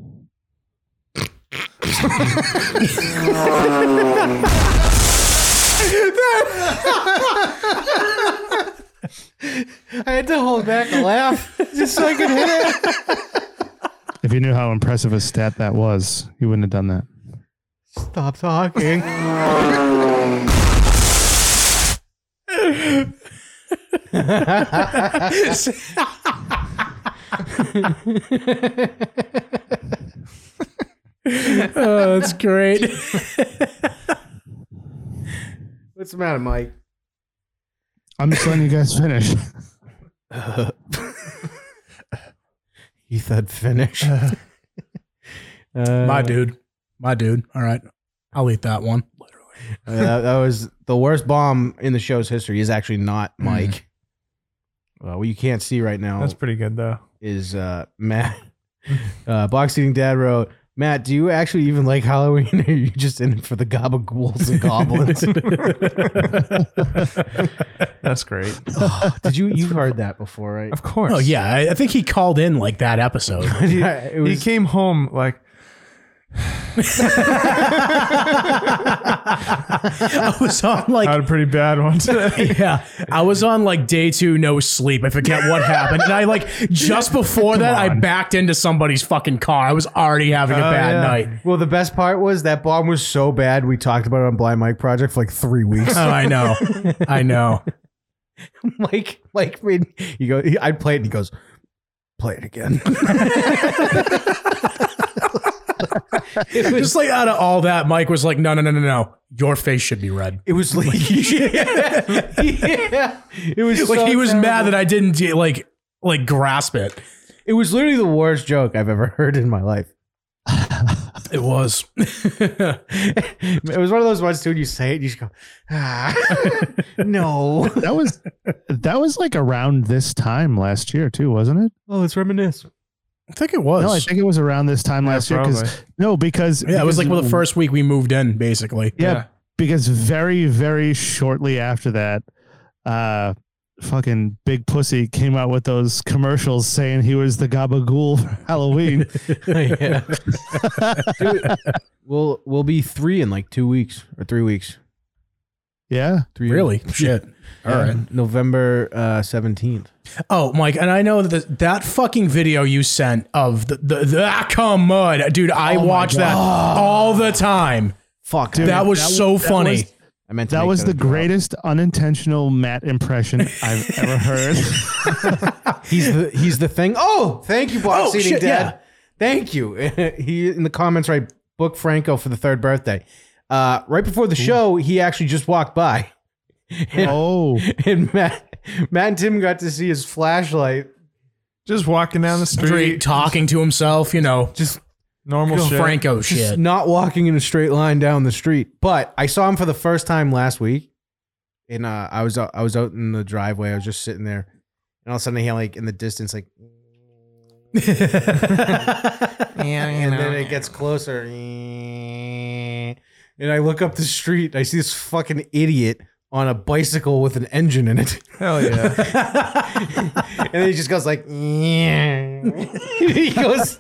Speaker 2: I had to hold back a laugh just so I could hit it.
Speaker 9: If you knew how impressive a stat that was, you wouldn't have done that.
Speaker 2: Stop talking.
Speaker 1: oh, that's great.
Speaker 2: What's the matter, Mike?
Speaker 9: I'm just letting you guys finish.
Speaker 2: He said finish.
Speaker 9: Uh,
Speaker 1: My dude. my dude. All right, I'll eat that one.
Speaker 2: I mean, Uh, that, that was the worst bomb in the show's history. Is actually not Mike. Uh, what you can't see right now
Speaker 3: That's pretty good though.
Speaker 2: is uh, Matt. Uh, Box eating dad wrote, "Matt, do you actually even like Halloween? Or are you just in it for the gobbles and goblins?
Speaker 3: That's great.
Speaker 2: Did you you've heard that before, right?
Speaker 3: Of course.
Speaker 1: Oh yeah, I, I think he called in like that episode.
Speaker 2: it
Speaker 3: He came home like
Speaker 1: I was on like
Speaker 3: I had a pretty bad one today.
Speaker 1: Yeah, I was on like day two, no sleep. I forget what happened, and I like just before that, I backed into somebody's fucking car. I was already having a
Speaker 3: Oh,
Speaker 1: bad
Speaker 3: yeah.
Speaker 1: night.
Speaker 2: Well, the best part was that bomb was so bad we talked about it on Blind Mike Project for like three weeks.
Speaker 1: Oh, I know, I know.
Speaker 2: Mike, Mike, made, he go. he- I'd play it, and he goes, "Play it again."
Speaker 1: Just like out of all that, Mike was like, "No, no, no, no, no. Your face should be red."
Speaker 2: It was like, yeah, it was
Speaker 1: Like
Speaker 2: so
Speaker 1: he was mad
Speaker 2: terrible.
Speaker 1: that I didn't like like grasp it.
Speaker 2: It was literally the worst joke I've ever heard in my life.
Speaker 1: It was.
Speaker 2: It was one of those ones too. When you say it, you just go, ah, no.
Speaker 9: That was that was like around this time last year too, wasn't it?
Speaker 2: Oh, it's reminisce.
Speaker 1: I think it was.
Speaker 9: No, I think it was around this time
Speaker 3: Yeah,
Speaker 9: last year. 'cause-
Speaker 3: probably.
Speaker 9: no, because
Speaker 1: yeah, it was like
Speaker 9: because-
Speaker 1: well, the first week we moved in, basically.
Speaker 9: Yeah, because very very shortly after that, uh, fucking big pussy came out with those commercials saying he was the gabagool for Halloween.
Speaker 2: yeah. Dude, we'll we'll be three in like two weeks or three weeks.
Speaker 9: yeah,
Speaker 2: Three
Speaker 1: Really? Shit. All right.
Speaker 2: November uh, seventeenth.
Speaker 1: Oh, Mike, and I know that that fucking video you sent of the the, the ah, come on, dude. I watch that all the time.
Speaker 2: Fuck,
Speaker 1: that was so funny.
Speaker 2: I meant to
Speaker 9: that
Speaker 2: make
Speaker 9: was the
Speaker 2: a drop.
Speaker 9: greatest unintentional Matt impression I've ever heard.
Speaker 2: He's the he's the thing. Oh, thank you, box
Speaker 1: Oh,
Speaker 2: eating
Speaker 1: shit,
Speaker 2: dad. Thank you. he in the comments right book Franco for the third birthday. Uh, right before the show, he actually just walked by,
Speaker 9: oh,
Speaker 2: and Matt Matt and Tim got to see his flashlight.
Speaker 3: Just walking down the street,
Speaker 1: Straight talking to himself, you know,
Speaker 2: Just
Speaker 3: normal shit.
Speaker 1: Franco
Speaker 2: just
Speaker 1: shit.
Speaker 2: not walking in a straight line down the street. But I saw him for the first time last week, and uh, I was out, I was out in the driveway. I was just sitting there, and all of a sudden, he had, like in the distance, like
Speaker 8: Yeah,
Speaker 2: and then it gets closer. And I look up the street. I see this fucking idiot on a bicycle with an engine in it.
Speaker 3: Hell yeah.
Speaker 2: and then he just goes like, he goes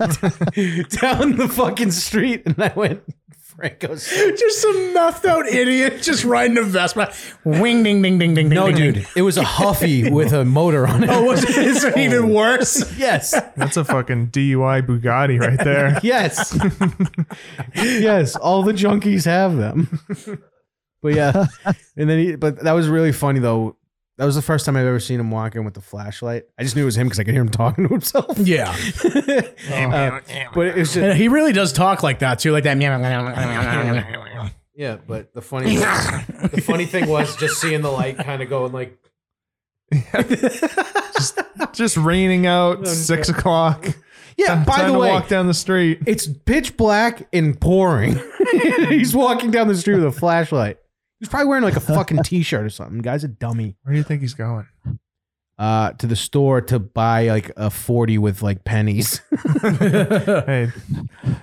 Speaker 2: down the fucking street. And I went, Franco's.
Speaker 1: just some mouthed out idiot just riding a Vespa. Wing ding ding ding ding ding.
Speaker 2: No,
Speaker 1: ding,
Speaker 2: dude,
Speaker 1: ding.
Speaker 2: it was a Huffy with a motor on it.
Speaker 1: Oh, was it, is it even worse?
Speaker 2: yes.
Speaker 3: That's a fucking DUI Bugatti right there.
Speaker 2: Yes. yes. All the junkies have them. but yeah. And then he, but that was really funny though. That was the first time I've ever seen him walking with the flashlight. I just knew it was him because I could hear him talking to himself.
Speaker 1: Yeah,
Speaker 2: Uh, but it was just,
Speaker 1: and he really does talk like that too, like that.
Speaker 2: yeah. But the funny, the funny thing was just seeing the light kind of going like,
Speaker 3: Just raining out, six o'clock.
Speaker 2: yeah.
Speaker 3: Time-
Speaker 2: By
Speaker 3: time
Speaker 2: the
Speaker 3: to
Speaker 2: way,
Speaker 3: walk down the street.
Speaker 2: it's pitch black and pouring. He's walking down the street with a flashlight. He's probably wearing like a fucking t-shirt or something. Guy's a dummy.
Speaker 3: Where do you think he's going?
Speaker 2: uh, to the store to buy like a 40 with like pennies.
Speaker 3: Hey,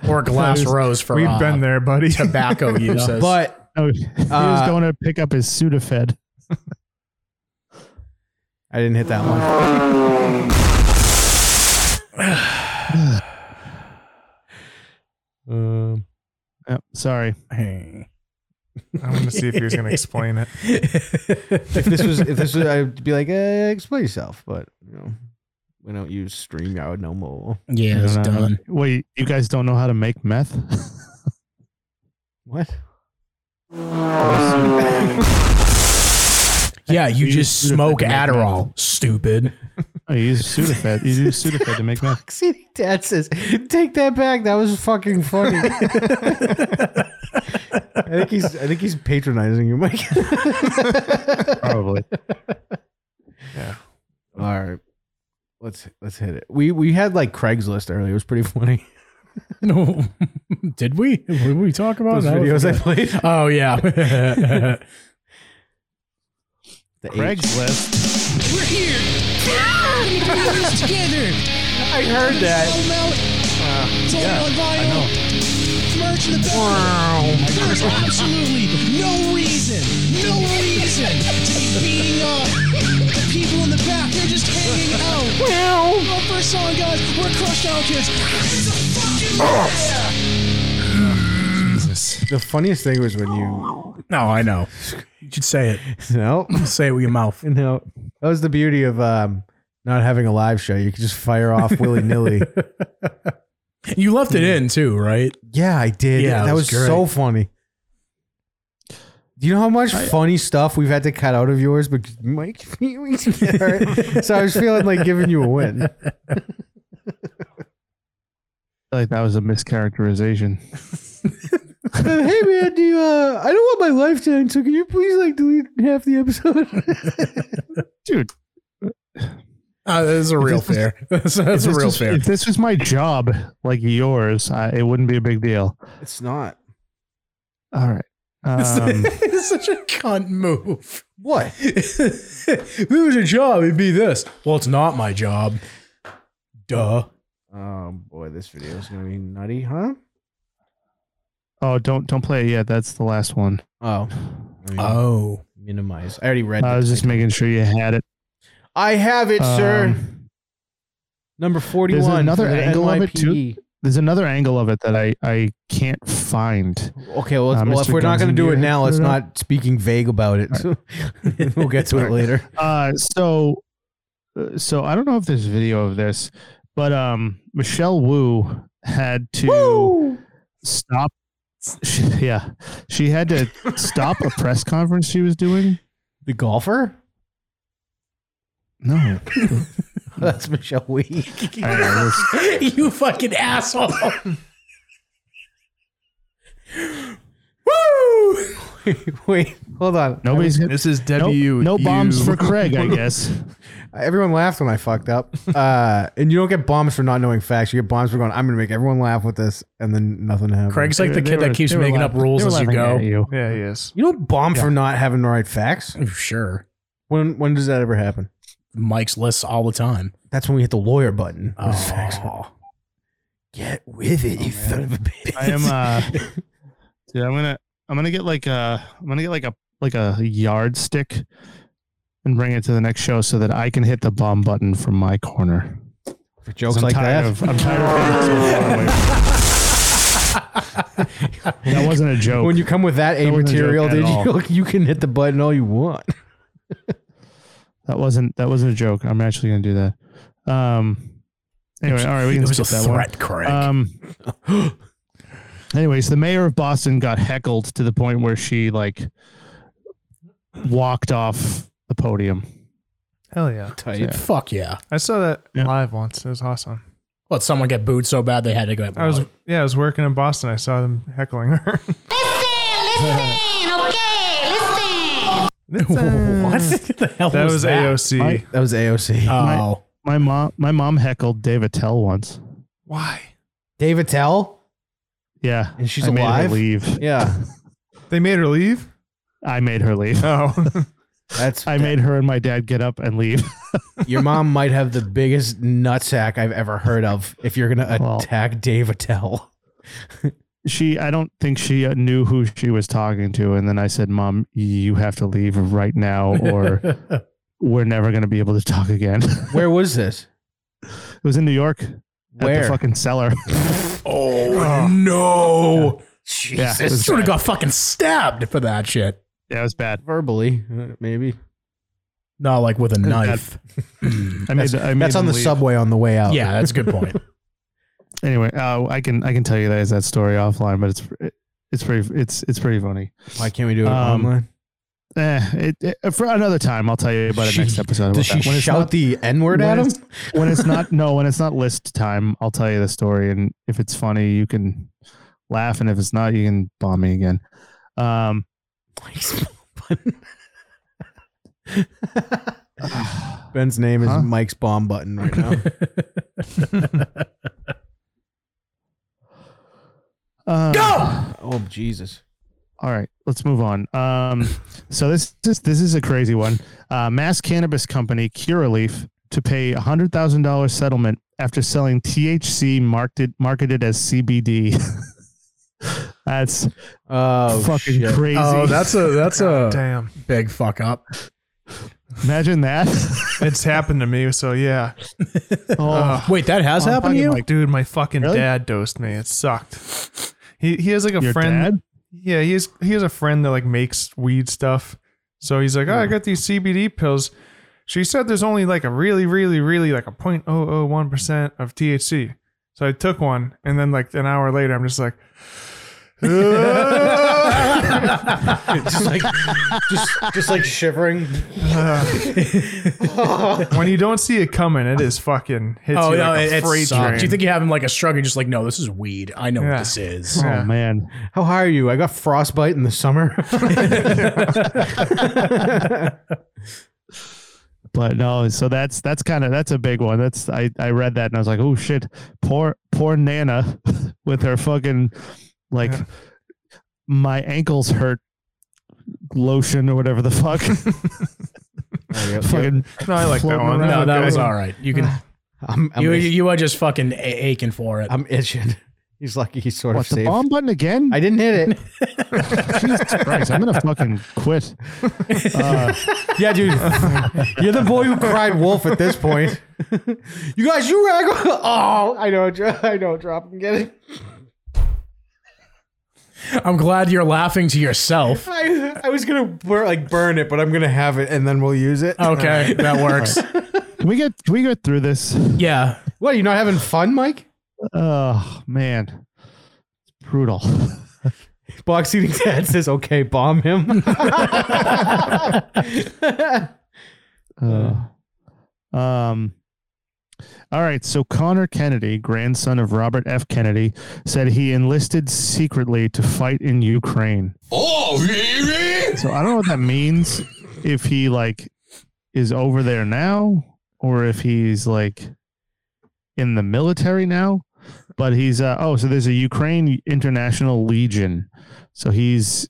Speaker 1: or glass
Speaker 3: We've-
Speaker 1: rose for
Speaker 3: we've
Speaker 1: uh,
Speaker 3: been there, buddy.
Speaker 1: Tobacco use,
Speaker 2: but
Speaker 9: no, Oh, he was
Speaker 2: Uh,
Speaker 9: going to pick up his Sudafed.
Speaker 2: I didn't hit that one.
Speaker 3: Um,
Speaker 9: Yep, sorry.
Speaker 3: I want to see if he was going to explain it.
Speaker 2: If this was, if this was, I'd be like, eh, explain yourself. But you know, we don't use StreamYard no more.
Speaker 1: yeah,
Speaker 9: I don't know. Wait, you guys don't know how to make meth?
Speaker 2: What?
Speaker 1: Yeah, you
Speaker 9: You
Speaker 1: just
Speaker 9: should have
Speaker 1: smoke
Speaker 9: been making
Speaker 1: Adderall, stupid.
Speaker 9: Oh, you use Sudafed. You use Sudafed to make meth.
Speaker 2: See, Dad says, take that back. That was fucking funny. I think he's, I think he's patronizing you, Mike.
Speaker 9: Probably.
Speaker 2: All right, let's let's hit it. We we had like Craigslist earlier. It was pretty funny.
Speaker 1: No, did we? Did we talk about
Speaker 2: Those
Speaker 1: that?
Speaker 2: videos I played.
Speaker 1: Oh yeah.
Speaker 2: The H.
Speaker 9: Craigslist.
Speaker 1: We're here. We do this together.
Speaker 2: I heard that.
Speaker 1: Don't melt. It's only on vinyl. Merch in the back. There's absolutely no reason, no reason to be beating up the people in the back. They're just hanging out. Well, first song, guys. We're crushed out kids.
Speaker 2: The funniest thing was when you
Speaker 1: No, I know. You should say it.
Speaker 2: no
Speaker 1: Say it with your mouth.
Speaker 2: no. That was the beauty of um, not having a live show. You could just fire off willy nilly.
Speaker 1: You left it in too, right?
Speaker 2: Yeah, I did.
Speaker 1: Yeah, it
Speaker 2: that
Speaker 1: was
Speaker 2: was,
Speaker 1: great.
Speaker 2: so funny. Do you know how much funny stuff we've had to cut out of yours? But Mike, feelings get hurt. so I was feeling like giving you a win. Uh,
Speaker 9: I feel like that was a mischaracterization.
Speaker 2: Uh, hey man, do you, uh, I don't want my lifetime, so can you please like delete half the episode?
Speaker 9: Dude,
Speaker 1: Uh, that is a real fair. That's, that's
Speaker 9: if
Speaker 1: a
Speaker 9: this
Speaker 1: real
Speaker 9: was-
Speaker 1: fair.
Speaker 9: If this was my job, like yours, I, it wouldn't be a big deal.
Speaker 2: it's not.
Speaker 9: All right. Um,
Speaker 1: it's such a cunt move.
Speaker 2: What?
Speaker 1: if it was your job, it'd be this. Well, it's not my job. Duh.
Speaker 2: Oh boy, this video is gonna be nutty, huh?
Speaker 9: oh, don't don't play it yet. That's the last one.
Speaker 2: Oh, I mean,
Speaker 1: Oh.
Speaker 2: minimize. I already read.
Speaker 9: I
Speaker 2: the
Speaker 9: was just
Speaker 2: title.
Speaker 9: making sure you had it.
Speaker 2: I have it, sir.
Speaker 9: Um,
Speaker 2: Number forty-one.
Speaker 9: another
Speaker 2: for the
Speaker 9: angle of it, too.
Speaker 2: NYPD.
Speaker 9: There's another angle of it that I I can't find.
Speaker 2: Okay, well,
Speaker 9: Uh,
Speaker 2: well if
Speaker 9: Mr.
Speaker 2: we're not going
Speaker 9: Gunslinger,
Speaker 2: to do it now,
Speaker 9: put
Speaker 2: let's
Speaker 9: it up.
Speaker 2: not speaking vague about it. we'll get to it later.
Speaker 9: Uh, so, uh, so I don't know if there's video of this, but um, Michelle Wu had to stop. She, yeah, she had to stop a press conference she was doing.
Speaker 2: The golfer?
Speaker 9: No,
Speaker 2: That's Michelle Wee.
Speaker 9: I don't know, it was-
Speaker 1: you fucking asshole.
Speaker 2: wait, wait, hold on.
Speaker 9: nobody's gonna-
Speaker 10: This is
Speaker 9: no,
Speaker 10: W.
Speaker 9: no bombs
Speaker 10: U-
Speaker 9: for Craig, I guess.
Speaker 2: Everyone laughed when I fucked up. Uh, and you don't get bombs for not knowing facts. You get bombs for going, I'm going to make everyone laugh with this, and then nothing happens.
Speaker 1: Craig's like the
Speaker 9: They
Speaker 1: kid
Speaker 9: were-
Speaker 1: that keeps
Speaker 9: they were
Speaker 1: making up
Speaker 9: laughing-
Speaker 1: rules
Speaker 9: they were
Speaker 1: as you
Speaker 9: laughing
Speaker 1: go.
Speaker 9: at you.
Speaker 3: Yeah, he is.
Speaker 2: you don't bomb for not having the right facts.
Speaker 1: Sure.
Speaker 2: When when does that ever happen?
Speaker 1: Mike's lists all the time.
Speaker 2: That's when we hit the lawyer button.
Speaker 1: Oh.
Speaker 2: Get with it, you son of a bitch.
Speaker 9: Oh, I am uh dude, I'm gonna I'm gonna get like a I'm gonna get like a like a yardstick and bring it to the next show so that I can hit the bomb button from my corner.
Speaker 2: for
Speaker 9: 'Cause
Speaker 2: jokes
Speaker 9: I'm
Speaker 2: like
Speaker 9: tired
Speaker 2: that.
Speaker 9: of I'm tired of hitting it so far away. That wasn't a joke.
Speaker 2: when you come with that a
Speaker 9: That wasn't a joke
Speaker 2: material,
Speaker 9: at
Speaker 2: did
Speaker 9: all.
Speaker 2: you? You can hit the button all you want.
Speaker 9: that wasn't that wasn't a joke. I'm actually gonna do that. Um anyway, all right, we
Speaker 1: It
Speaker 9: can
Speaker 1: was a
Speaker 9: skip that one.
Speaker 1: threat, Craig.
Speaker 9: Um. anyways, the mayor of Boston got heckled to the point where she like walked off the podium.
Speaker 3: Hell yeah.
Speaker 1: Fuck yeah.
Speaker 3: I saw that
Speaker 9: Yeah.
Speaker 3: live once. It was awesome.
Speaker 1: What, someone get booed so bad they had to go.
Speaker 3: I was yeah, I was working in Boston. I saw them heckling her.
Speaker 1: what the hell
Speaker 3: uh, that was
Speaker 1: that?
Speaker 3: AOC.
Speaker 9: Mike?
Speaker 2: That was AOC.
Speaker 9: Uh,
Speaker 1: Oh.
Speaker 9: My mom, my mom heckled Dave Attell once.
Speaker 3: Why?
Speaker 2: Dave Attell.
Speaker 9: Yeah,
Speaker 2: And she's
Speaker 9: I made her
Speaker 2: alive?
Speaker 9: leave.
Speaker 2: Yeah,
Speaker 3: They made her leave?
Speaker 9: I made her leave.
Speaker 3: Oh.
Speaker 2: that's
Speaker 9: I made her and my dad get up and leave.
Speaker 2: your mom might have the biggest nutsack I've ever heard of. If you're gonna
Speaker 9: Well-
Speaker 2: attack Dave Attell,
Speaker 9: She, I don't think she uh, knew who she was talking to. And then I said, "Mom, you have to leave right now, or we're never going to be able to talk again." it
Speaker 2: where was this?
Speaker 9: was in New York at the
Speaker 2: Where?
Speaker 9: fucking cellar.
Speaker 1: Oh, no.
Speaker 9: yeah, it was
Speaker 1: She would have got fucking stabbed for that shit.
Speaker 9: Yeah, it was bad.
Speaker 2: Verbally, uh, maybe.
Speaker 1: Not like with a knife. Oh.
Speaker 9: I made. the- I made
Speaker 2: That's on
Speaker 9: them
Speaker 2: the
Speaker 9: leave.
Speaker 2: subway on the way out.
Speaker 1: Yeah, that's a good point.
Speaker 9: Anyway, uh, I can I can tell you guys that story offline, but it's it's pretty it's it's pretty funny.
Speaker 2: Why can't we do it
Speaker 9: Um,
Speaker 2: online?
Speaker 9: Eh, it, it- for another time, I'll tell you about it
Speaker 2: She-
Speaker 9: next episode.
Speaker 2: Does
Speaker 9: about
Speaker 2: she
Speaker 9: that. When it's
Speaker 2: shout
Speaker 9: not-
Speaker 2: the N word
Speaker 9: when
Speaker 2: at him?
Speaker 9: it's- when it's not no when it's not list time i'll tell you the story and if it's funny you can laugh and if it's not you can bomb me again um
Speaker 2: Ben's name is
Speaker 9: Huh?
Speaker 2: Mike's bomb button right now. Oh, Jesus.
Speaker 9: Um, All right, let's move on. Um, so this this this is a crazy one. Uh, mass cannabis company Cureleaf to pay hundred thousand dollars settlement after selling THC marketed marketed as CBD. That's
Speaker 2: Oh,
Speaker 9: fucking
Speaker 2: shit.
Speaker 9: crazy.
Speaker 1: Oh, that's a that's a
Speaker 3: Damn.
Speaker 1: big fuck up.
Speaker 9: imagine that.
Speaker 3: It's happened to me, so yeah.
Speaker 9: oh,
Speaker 1: Wait, that has
Speaker 3: I'm
Speaker 1: happened to
Speaker 3: fucking
Speaker 1: you?
Speaker 3: Like, dude, my fucking
Speaker 9: Really?
Speaker 3: dad dosed me. It sucked. He he has like a
Speaker 9: your
Speaker 3: friend.
Speaker 9: dad?
Speaker 3: Yeah, he has he has a friend that like makes weed stuff. So he's like, oh, I got these CBD pills. She said there's only like a really, really, really like a 0.001 percent of THC. So I took one, and then like an hour later, I'm just like,
Speaker 2: just like just just like shivering.
Speaker 3: when you don't see it coming, it is fucking hits
Speaker 1: oh
Speaker 3: you
Speaker 1: no,
Speaker 3: like
Speaker 1: it,
Speaker 3: a
Speaker 1: it
Speaker 3: freight
Speaker 1: sucks.
Speaker 3: train.
Speaker 1: Do you think you have him like a shrug and just like, no, this is weed. I know what
Speaker 3: Yeah.
Speaker 1: this is.
Speaker 9: Oh man,
Speaker 2: How high are you? I got frostbite in the summer.
Speaker 9: Oh, but no. So that's that's kind of that's a big one. That's I I read that and I was like, oh shit, poor poor Nana with her fucking like
Speaker 3: Yeah.
Speaker 9: my ankles hurt lotion or whatever the fuck. fucking
Speaker 3: no, I like that
Speaker 9: floating
Speaker 3: one.
Speaker 9: around.
Speaker 1: No, that
Speaker 3: Okay.
Speaker 1: was all right. You can
Speaker 2: I'm I'm,
Speaker 1: you,
Speaker 2: itch-
Speaker 1: you are just fucking a- aching for it.
Speaker 2: I'm itching. He's lucky he's sort
Speaker 9: what
Speaker 2: of
Speaker 9: the
Speaker 2: safe.
Speaker 9: bomb button again?
Speaker 2: I didn't hit it.
Speaker 9: Jesus Christ, I'm gonna fucking quit. Uh,
Speaker 2: Yeah, dude. You're the boy who cried wolf at this point. you guys, you rag. Oh, I know. dro- I know. Drop him. Get it.
Speaker 1: I'm glad you're laughing to yourself.
Speaker 2: I, I was gonna bur- like burn it, but I'm gonna have it, and then we'll use it.
Speaker 1: Okay, that works.
Speaker 9: can we get can we get through this?
Speaker 1: Yeah.
Speaker 2: What? You're not having fun, Mike?
Speaker 9: Oh man, it's brutal.
Speaker 2: Box eating dad says, "Okay, bomb him."
Speaker 9: Uh, um. All right, so Connor Kennedy, grandson of Robert F. Kennedy, said he enlisted secretly to fight in Ukraine.
Speaker 5: Oh, really?
Speaker 9: So I don't know what that means. If he like is over there now, or if he's like in the military now. But he's uh, oh, so there's a Ukraine International Legion. So he's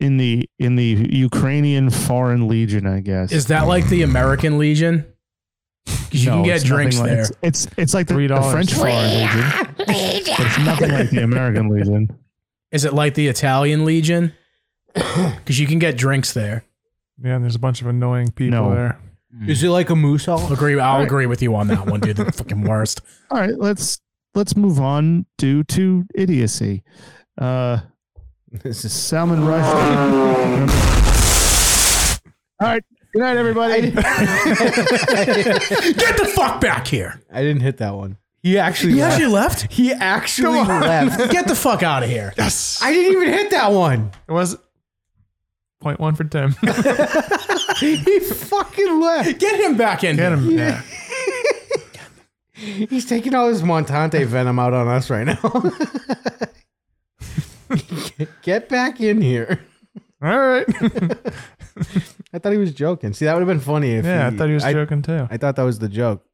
Speaker 9: in the in the Ukrainian Foreign Legion, I guess.
Speaker 1: Is that like the American Legion? 'Cause you
Speaker 9: No,
Speaker 1: can get
Speaker 9: it's nothing
Speaker 1: drinks
Speaker 9: like-
Speaker 1: there.
Speaker 9: It's, it's it's like the,
Speaker 3: Three
Speaker 9: the
Speaker 3: dollars.
Speaker 9: French Foreign Legion. But it's nothing like the American Legion.
Speaker 1: Is it like the Italian Legion? Because you can get drinks there.
Speaker 3: Yeah, and there's a bunch of annoying people
Speaker 9: No.
Speaker 3: there.
Speaker 2: Is it like a moose hole?
Speaker 1: Agree. I'll agree with you on that one, dude. The fucking worst.
Speaker 9: All right, let's let's move on due to idiocy. Uh,
Speaker 2: This is
Speaker 9: Salmon Rushdie. All right. Good night, everybody.
Speaker 1: Get the fuck back here.
Speaker 2: I didn't hit that one. He actually.
Speaker 1: He
Speaker 2: left.
Speaker 1: actually left?
Speaker 2: He actually left.
Speaker 1: Get the fuck out of here.
Speaker 3: Yes,
Speaker 2: I didn't even hit that one.
Speaker 3: it was point one for Tim.
Speaker 2: He fucking left.
Speaker 1: Get him back in.
Speaker 3: Get
Speaker 1: here.
Speaker 3: him. Yeah.
Speaker 2: He's taking all his Montante venom out on us right now. Get back in here.
Speaker 3: All right.
Speaker 2: I thought he was joking. See, that would have been funny if
Speaker 3: yeah, I thought he was joking too.
Speaker 2: I thought that was the joke.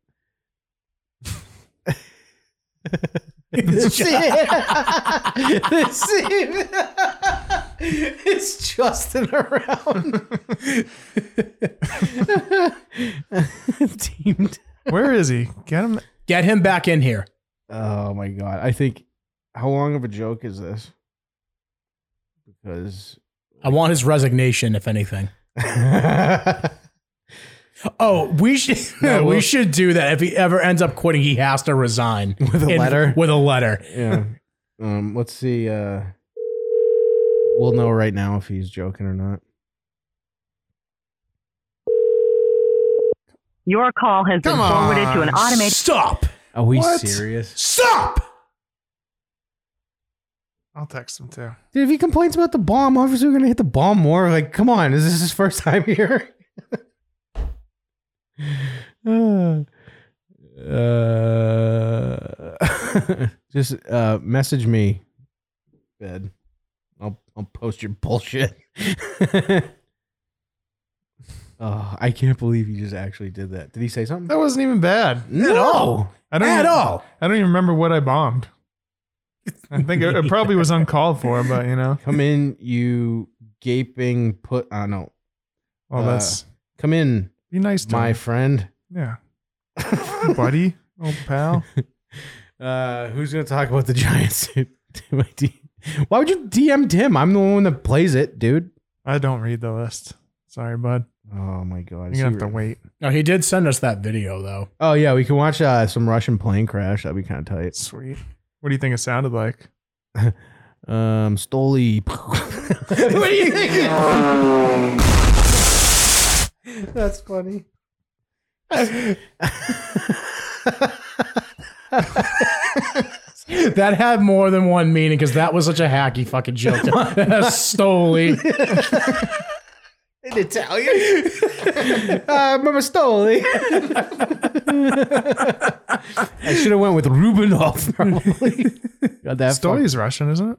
Speaker 2: it's Justin around. Teamed.
Speaker 3: Where is he? Get him.
Speaker 1: Get him back in here.
Speaker 2: Oh my god! I think how long of a joke is this? Because
Speaker 1: I want his resignation, if anything. Oh, we should
Speaker 2: No,
Speaker 1: we
Speaker 2: we'll-
Speaker 1: should do that. If he ever ends up quitting, he has to resign
Speaker 2: with a
Speaker 1: In-
Speaker 2: letter.
Speaker 1: With a letter.
Speaker 2: yeah. Um, let's see. Uh, we'll know right now if he's joking or not.
Speaker 10: Your call has been
Speaker 3: Come
Speaker 10: forwarded to an
Speaker 3: on.
Speaker 10: automated.
Speaker 1: Stop!
Speaker 2: Are we
Speaker 3: What?
Speaker 2: serious?
Speaker 1: Stop!
Speaker 3: I'll text him too.
Speaker 2: Dude, if he complains about the bomb, obviously we're gonna hit the bomb more. Like, come on, is this his first time here? uh, uh, just uh, message me, bed. I'll I'll post your bullshit. oh, I can't believe you just actually did that. Did he say something?
Speaker 3: That wasn't even bad.
Speaker 2: No.
Speaker 3: I don't
Speaker 1: At
Speaker 3: even,
Speaker 1: all.
Speaker 3: I don't even remember what I bombed. I think it, it probably was uncalled for, but you know,
Speaker 2: Come in, you gaping put. I no.
Speaker 3: well,
Speaker 2: Uh,
Speaker 3: that's
Speaker 2: Come in,
Speaker 3: be nice to
Speaker 2: my
Speaker 3: him.
Speaker 2: friend.
Speaker 3: yeah, buddy, old pal.
Speaker 2: Uh, who's gonna talk about the Giants? My D- Why would you DM Tim? I'm the one that plays it, dude.
Speaker 3: I don't read the list. Sorry, bud.
Speaker 2: Oh my god!
Speaker 3: You're gonna have to wait.
Speaker 1: No, he did send us that video though.
Speaker 2: Oh yeah, we can watch uh, some Russian plane crash. That'd be kind of tight.
Speaker 3: Sweet. What do you think it sounded like?
Speaker 2: Um, Stoli. what do you think? That's funny.
Speaker 1: That had more than one meaning because that was such a hacky fucking joke. Stoli.
Speaker 2: In Italian? uh, remember Stoli. I should have went with Rubinoff probably. Got that fucked
Speaker 3: Story's Russian, isn't it?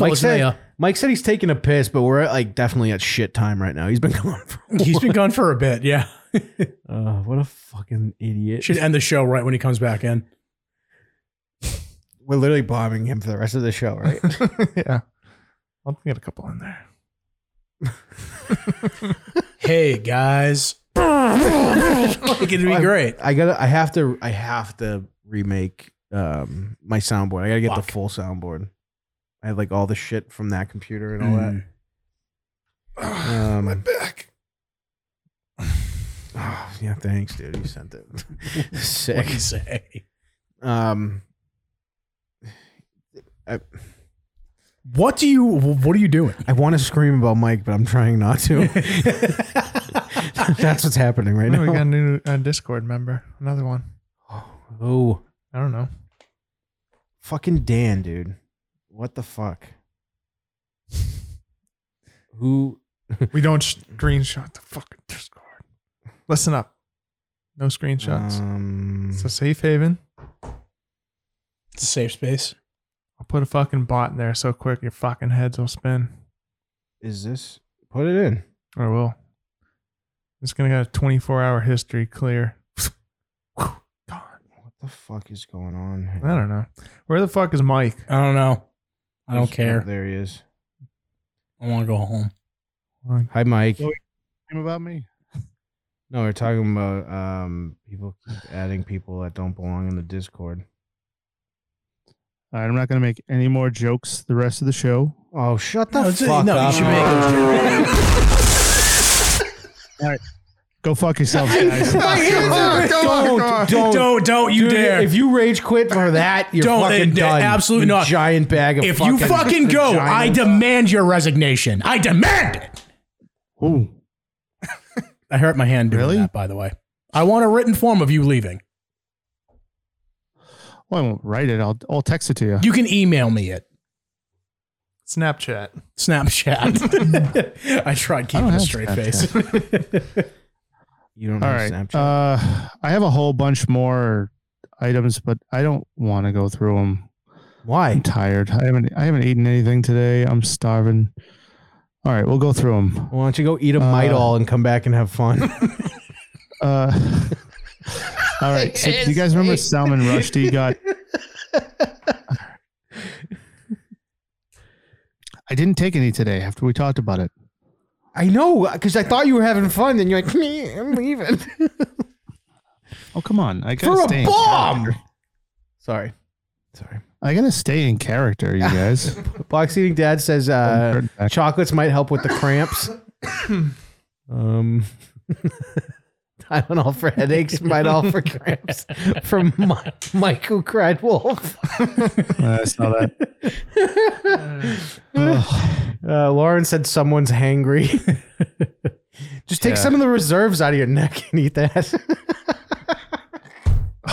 Speaker 2: Mike said,
Speaker 1: Stoli.
Speaker 2: Mike said he's taking a piss, but we're at, like definitely at shit time right now. He's been gone for.
Speaker 1: He's been gone for a bit. Yeah.
Speaker 2: Uh, what a fucking idiot!
Speaker 1: Should end the show right when he comes back in.
Speaker 2: We're literally bombing him for the rest of the show, right?
Speaker 3: yeah. I'll get a couple in there.
Speaker 1: Hey guys. It'd be great.
Speaker 2: I gotta. I have to. I have to remake um my soundboard. I gotta get
Speaker 1: Fuck.
Speaker 2: the full soundboard. I have like all the shit from that computer and all that. Um, my back. Oh, yeah, thanks, dude. You sent it.
Speaker 1: What
Speaker 2: Sick.
Speaker 1: do you say?
Speaker 2: Um,
Speaker 1: What do you what are you doing?
Speaker 2: I want to scream about Mike, but I'm trying not to. That's what's happening right
Speaker 3: I know we got a
Speaker 2: now.
Speaker 3: new uh, Discord member. Another one.
Speaker 2: Oh,
Speaker 3: I don't know.
Speaker 2: fucking Dan, dude. What the fuck? Who?
Speaker 3: We don't screenshot the fucking Discord. Listen up. No screenshots.
Speaker 2: Um,
Speaker 3: it's a safe haven.
Speaker 1: It's a safe space.
Speaker 3: I'll put a fucking bot in there so quick your fucking heads will spin.
Speaker 2: is this? Put it in.
Speaker 3: I will. It's gonna get a 24 hour history clear. Gone. I
Speaker 2: What the fuck is going on?
Speaker 3: don't know. Where the fuck is Mike?
Speaker 1: I don't know. I
Speaker 2: Oh,
Speaker 1: don't care.
Speaker 2: there he is.
Speaker 1: I want to go home.
Speaker 2: Hi, Mike.
Speaker 9: Oh. about me.
Speaker 2: No, we're talking about um people keep adding people that don't belong in the Discord.
Speaker 9: All right, I'm not going to make any more jokes the rest of the show.
Speaker 2: Oh, shut the
Speaker 1: No, it's-
Speaker 2: fuck
Speaker 1: no, you
Speaker 2: up.
Speaker 1: should make those
Speaker 9: Go fuck yourselves, guys.
Speaker 2: don't, don't,
Speaker 1: Don't don't you
Speaker 2: Dude,
Speaker 1: dare.
Speaker 2: If you rage quit for that, you're
Speaker 1: Don't,
Speaker 2: fucking
Speaker 1: uh,
Speaker 2: done.
Speaker 1: absolutely
Speaker 2: You
Speaker 1: not.
Speaker 2: Giant bag of
Speaker 1: if you fucking go, I
Speaker 2: giant-
Speaker 1: demand your resignation. I demand it.
Speaker 9: Ooh.
Speaker 1: I hurt my hand doing
Speaker 9: Really?
Speaker 1: that, by the way. I want a written form of you leaving.
Speaker 9: Well, I won't write it. I'll, I'll text it to you.
Speaker 1: You can email me it.
Speaker 3: Snapchat.
Speaker 1: Snapchat. I tried
Speaker 9: I
Speaker 1: keeping
Speaker 9: don't
Speaker 1: a
Speaker 9: have
Speaker 1: straight face.
Speaker 2: You don't
Speaker 9: All
Speaker 2: have
Speaker 9: right.
Speaker 2: Snapchat.
Speaker 9: Uh, I have a whole bunch more items, but I don't want to go through them. I'm
Speaker 2: Why?
Speaker 9: tired. I haven't I haven't eaten anything today. I'm starving. All right, we'll go through them.
Speaker 2: Why don't you go eat a
Speaker 9: Uh,
Speaker 2: mite all and come back and have fun?
Speaker 9: Uh, all right. So do you guys remember Salman Rushdie got? I didn't take any today after we talked about it.
Speaker 2: I know, because I thought you were having fun, and you're like, me, I'm leaving.
Speaker 9: Oh come on! I gotta
Speaker 2: For
Speaker 9: stay
Speaker 2: a
Speaker 9: in
Speaker 2: bomb!
Speaker 9: character.
Speaker 2: Sorry. Sorry.
Speaker 9: I gotta stay in character, you guys.
Speaker 2: Box Eating Dad says uh,
Speaker 9: Turn back.
Speaker 2: chocolates might help with the cramps. um, I don't know for headaches, might all for cramps. From Mi- Mike, who cried wolf.
Speaker 9: I saw that.
Speaker 2: Uh, Lauren said someone's hangry. Just take
Speaker 9: Yeah.
Speaker 2: some of the reserves out of your neck and eat that.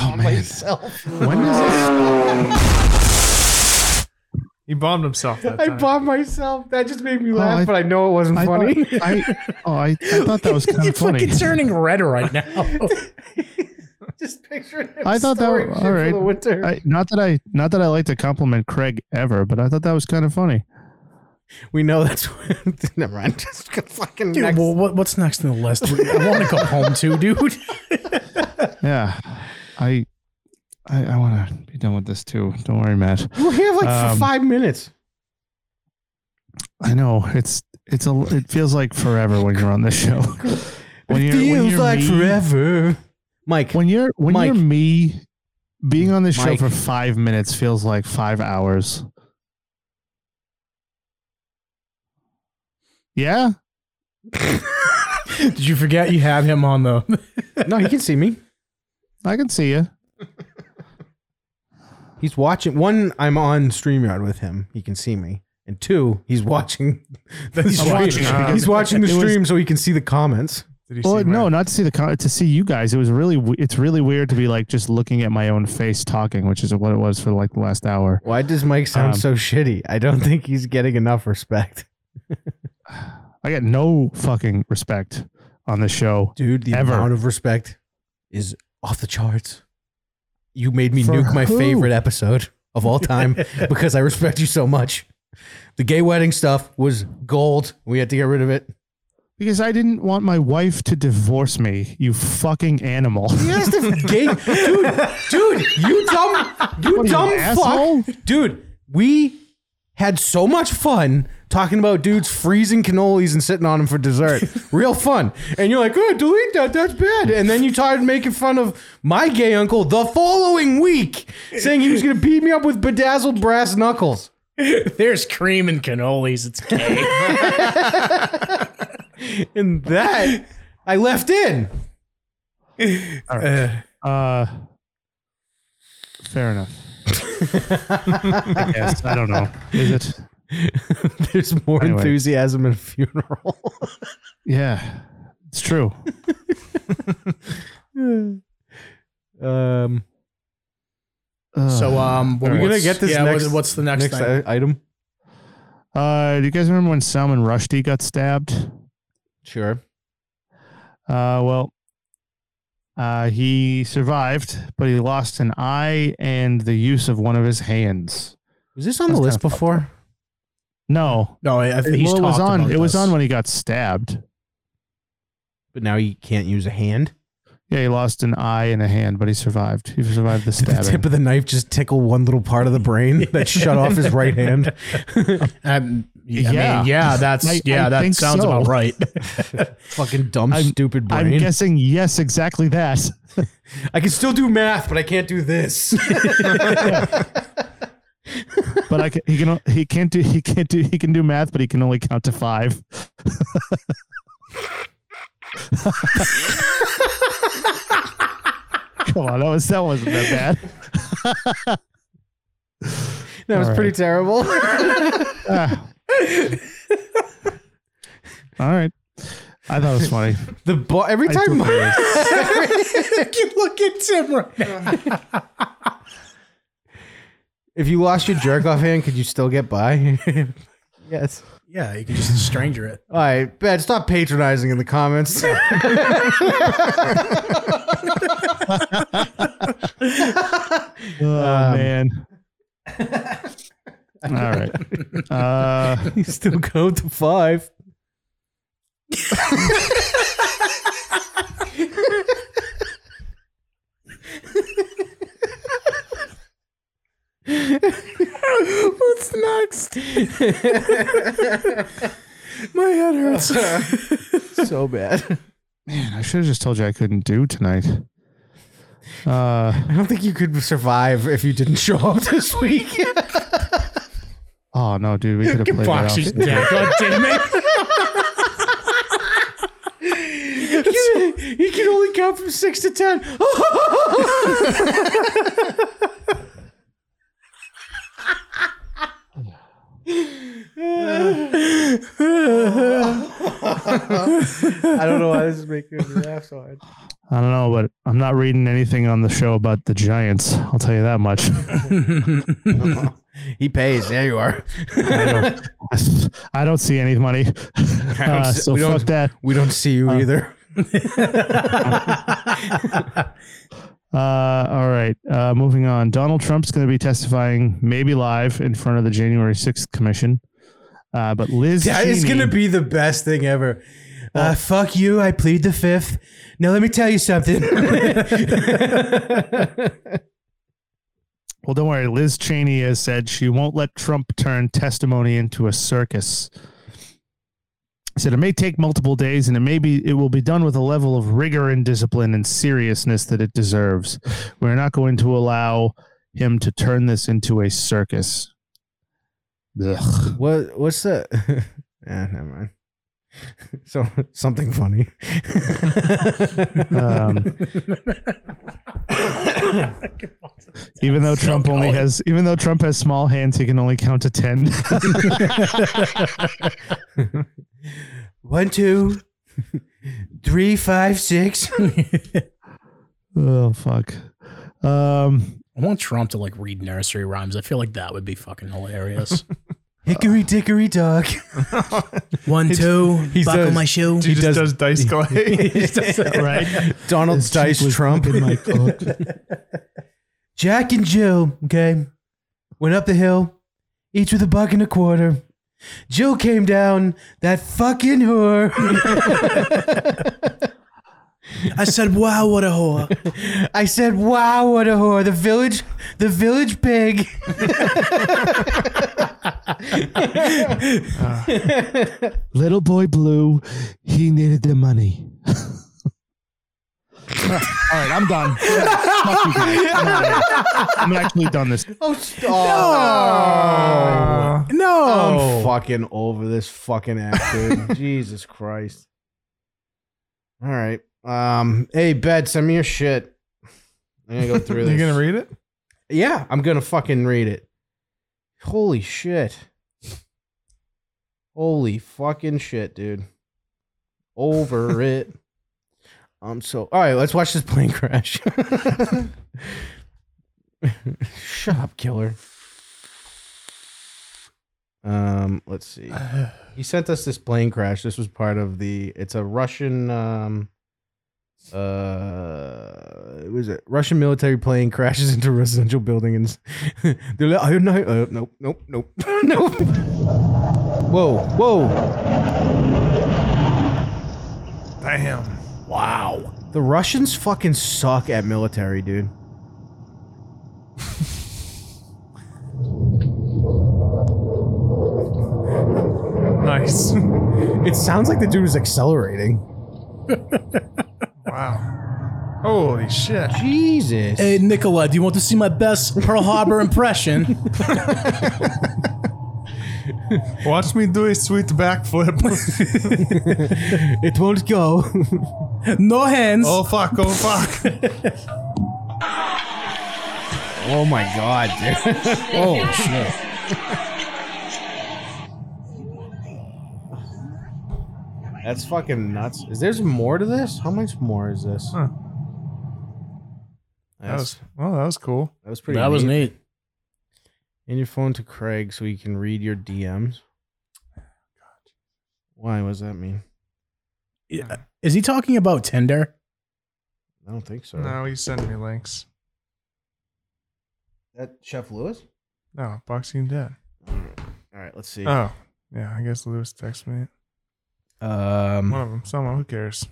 Speaker 9: Oh man,
Speaker 2: Myself.
Speaker 9: when does this?
Speaker 3: He bombed himself that
Speaker 2: I
Speaker 3: time.
Speaker 2: bought myself. That just made me laugh,
Speaker 9: Oh, I-
Speaker 2: but I know it wasn't
Speaker 9: I
Speaker 2: funny.
Speaker 9: Thought, I, oh, I, I thought that was kind
Speaker 1: You're
Speaker 9: of funny.
Speaker 1: fucking turning red right now.
Speaker 2: just picturing him
Speaker 9: I thought that
Speaker 2: storing
Speaker 9: was-
Speaker 2: shit
Speaker 9: all
Speaker 2: for
Speaker 9: right.
Speaker 2: the winter.
Speaker 9: I, not that I, not that I like to compliment Craig ever, but I thought that was kind of funny.
Speaker 2: we know that's never mind. Just fucking
Speaker 1: Dude,
Speaker 2: next.
Speaker 1: well, what, what's next on the list? I want to go home too, dude.
Speaker 9: Yeah, I, I, I want to be done with this too. Don't worry, Matt.
Speaker 2: You were here like for
Speaker 9: Um,
Speaker 2: five minutes.
Speaker 9: I know it's it's a it feels like forever when you're on this show. When
Speaker 2: it
Speaker 9: you're- when
Speaker 2: feels
Speaker 9: you're
Speaker 2: like
Speaker 9: me-
Speaker 2: forever. Mike,
Speaker 9: When you're when
Speaker 2: Mike.
Speaker 9: you're me, being on this show
Speaker 2: Mike.
Speaker 9: for five minutes feels like five hours. Yeah,
Speaker 1: Did you forget you had him on the?
Speaker 2: no, he can see me.
Speaker 9: I can see you.
Speaker 2: He's watching. One, I'm on Streamyard with him. He can see me. And two, he's watching. He's
Speaker 1: I'm
Speaker 2: watching.
Speaker 1: watching.
Speaker 2: He's watching the
Speaker 9: It was-
Speaker 2: stream so he can see the comments.
Speaker 3: Did he
Speaker 9: Well,
Speaker 3: see
Speaker 9: no,
Speaker 3: my-
Speaker 9: not to see the con- to see you guys. It was really we- it's really weird to be like just looking at my own face talking, which is what it was for like the last hour.
Speaker 2: Why does Mike sound
Speaker 9: Um,
Speaker 2: so shitty? I don't think he's getting enough respect,
Speaker 9: I got no fucking respect on this show.
Speaker 2: dude. The
Speaker 9: Ever.
Speaker 2: amount of respect is off the charts. You made me
Speaker 9: For
Speaker 2: nuke my
Speaker 9: who?
Speaker 2: favorite episode of all time because I respect you so much. The gay wedding stuff was gold. We had to get rid of it.
Speaker 9: Because I didn't want my wife to divorce me, you fucking animal.
Speaker 2: gay, dude, dude, you dumb, you
Speaker 9: What are you,
Speaker 2: dumb
Speaker 9: an
Speaker 2: fuck,
Speaker 9: asshole?
Speaker 2: dude. We had so much fun talking about dudes freezing cannolis and sitting on them for dessert. Real fun. And you're like, oh, delete that. That's bad. And then you started making fun of my gay uncle the following week, saying he was going to beat me up with bedazzled brass knuckles.
Speaker 1: There's cream and cannolis. It's gay.
Speaker 2: And that I left in.
Speaker 9: Uh, fair enough. I guess. I don't know. Is it?
Speaker 2: There's more
Speaker 9: Anyway.
Speaker 2: enthusiasm at a funeral.
Speaker 9: Yeah, it's true.
Speaker 2: um,
Speaker 9: Uh,
Speaker 1: So um,
Speaker 2: We're gonna
Speaker 1: what's-
Speaker 2: get this
Speaker 1: Yeah,
Speaker 2: next-
Speaker 1: what- what's the next,
Speaker 2: next
Speaker 1: thing?
Speaker 2: i- item.
Speaker 9: uh, do you guys remember when Salman Rushdie got stabbed?
Speaker 2: Sure.
Speaker 9: Uh, well, uh, he survived, but he lost an eye and the use of one of his hands.
Speaker 2: Was this on
Speaker 9: That's
Speaker 2: the list
Speaker 9: kinda fucked
Speaker 2: before?
Speaker 9: No,
Speaker 1: No, I, I think
Speaker 9: It-
Speaker 1: he's
Speaker 9: well, it was
Speaker 1: talked
Speaker 9: on.
Speaker 1: about
Speaker 9: It was
Speaker 1: this.
Speaker 9: on when he got stabbed.
Speaker 2: But now he can't use a hand.
Speaker 9: Yeah, he lost an eye and a hand, but he survived. He survived the stabbing.
Speaker 2: The tip of the knife just tickle one little part of the brain that shut off his right hand.
Speaker 1: Um, yeah, I
Speaker 9: Yeah.
Speaker 1: mean, yeah, that's
Speaker 9: I-
Speaker 1: yeah,
Speaker 9: I
Speaker 1: that
Speaker 9: think
Speaker 1: sounds
Speaker 9: so.
Speaker 1: about right.
Speaker 2: Fucking dumb,
Speaker 9: I'm-
Speaker 2: stupid
Speaker 9: I'm
Speaker 2: brain.
Speaker 9: guessing yes, exactly that.
Speaker 2: I can still do math, but I can't do this.
Speaker 9: But I can, he can he can't do he can't do he can do math, but he can only count to five. Come on, that was that wasn't that bad.
Speaker 2: that was pretty terrible.
Speaker 9: All right, I thought it was funny.
Speaker 2: The ball every
Speaker 9: I
Speaker 2: time.
Speaker 9: took it.
Speaker 1: Look at Tim right now.
Speaker 2: if you lost your jerk off hand, could you still get by? yes.
Speaker 1: Yeah, you can just stranger it.
Speaker 2: All right, Ben, stop patronizing in the comments.
Speaker 9: oh man. All right. Uh,
Speaker 2: you still go to five. What's next? My head hurts so bad.
Speaker 9: man, I should have just told you I couldn't do tonight. Uh,
Speaker 2: I don't think you could survive if you didn't show up this week.
Speaker 9: oh no, dude, we could have played
Speaker 1: Fuck, she's
Speaker 9: that
Speaker 1: dead.
Speaker 9: off.
Speaker 1: God damn it.
Speaker 2: he, can, he can only count from six to ten. I don't know why this is making me laugh so hard.
Speaker 9: I don't know, but I'm not reading anything on the show about the Giants. I'll tell you that much.
Speaker 2: He pays. There you are.
Speaker 9: I don't see any money.
Speaker 1: Ah,
Speaker 9: Uh, so
Speaker 2: we don't-
Speaker 9: fuck that.
Speaker 2: We don't see you either.
Speaker 9: Uh, all right. Uh, moving on. Donald Trump's going to be testifying, maybe live, in front of the January 6th commission. Uh, but Liz,
Speaker 2: That is
Speaker 9: Cheney-
Speaker 2: going to be the best thing ever. Uh, fuck you. I plead the fifth. Now, let me tell you something.
Speaker 9: Well, don't worry. Liz Cheney has said she won't let Trump turn testimony into a circus. Said it may take multiple days, and it may be it will be done with a level of rigor and discipline and seriousness that it deserves. We're not going to allow him to turn this into a circus. Ugh.
Speaker 2: What what's the Yeah, never mind. So something funny.
Speaker 9: Um, even though Trump only has even though Trump has small hands, he can only count to ten.
Speaker 2: One, two, three, five, six.
Speaker 9: oh fuck. Um,
Speaker 1: I want Trump to like read nursery rhymes. I feel like that would be fucking hilarious.
Speaker 2: Hickory dickory dock.
Speaker 1: One, two,
Speaker 2: he
Speaker 1: buckle
Speaker 2: does-
Speaker 1: my shoe.
Speaker 3: He, just does, dice clay.
Speaker 9: right.
Speaker 2: Donald Dice Trump. Jack and Jill, okay, went up the hill, each with a buck and a quarter. Jill came down, that fucking whore.
Speaker 1: I said, wow, what a whore.
Speaker 2: I said, "Wow, what a whore!" The village, the village pig.
Speaker 9: Little boy blue, he needed the money. All right, I'm done. Fuck you guys. I'm, outta here. I'm actually done this.
Speaker 2: Oh,
Speaker 3: Oh.
Speaker 2: stop! I'm
Speaker 1: No.
Speaker 2: fucking over this fucking actor. Jesus Christ! All right, um, hey, bed, send me your shit. I'm gonna go through
Speaker 3: you
Speaker 2: this.
Speaker 3: gonna read it?
Speaker 2: Yeah, I'm gonna fucking read it. Holy shit. Holy fucking shit, dude. Over it. I'm so all right, let's watch this plane crash. Shut up, killer. Um, let's see. He sent us this plane crash. This was part of the it's a Russian um uh, what is it? Russian military plane crashes into residential buildings. They're like, oh, no, uh, nope, nope, nope, nope. Whoa, whoa.
Speaker 3: Damn.
Speaker 1: Wow.
Speaker 2: The Russians fucking suck at military, dude.
Speaker 3: Nice.
Speaker 2: It sounds like the dude is accelerating.
Speaker 3: Wow. Holy shit.
Speaker 2: Jesus.
Speaker 1: Hey, Nicola, do you want to see my best Pearl Harbor impression?
Speaker 3: Watch me do a sweet backflip.
Speaker 2: it won't go.
Speaker 1: no hands.
Speaker 3: oh fuck, oh fuck.
Speaker 2: oh my god, dude.
Speaker 1: oh shit.
Speaker 2: That's fucking nuts. Is there's more to this? How much more is this?
Speaker 3: Huh. That
Speaker 2: That's,
Speaker 3: was, well, that was cool.
Speaker 2: that was pretty
Speaker 1: that was
Speaker 2: neat.
Speaker 1: neat.
Speaker 2: And your phone to Craig so he can read your DMs. Why? What does that mean?
Speaker 1: Yeah. Is he talking about Tinder?
Speaker 2: I don't think so.
Speaker 3: No, he's sending me links.
Speaker 2: That Chef Lewis?
Speaker 3: No, Oh, Boxing Dead.
Speaker 2: All right, let's see.
Speaker 1: Uh,
Speaker 3: Oh, yeah, I guess Lewis texted me. One
Speaker 2: um,
Speaker 3: of them, someone, who cares?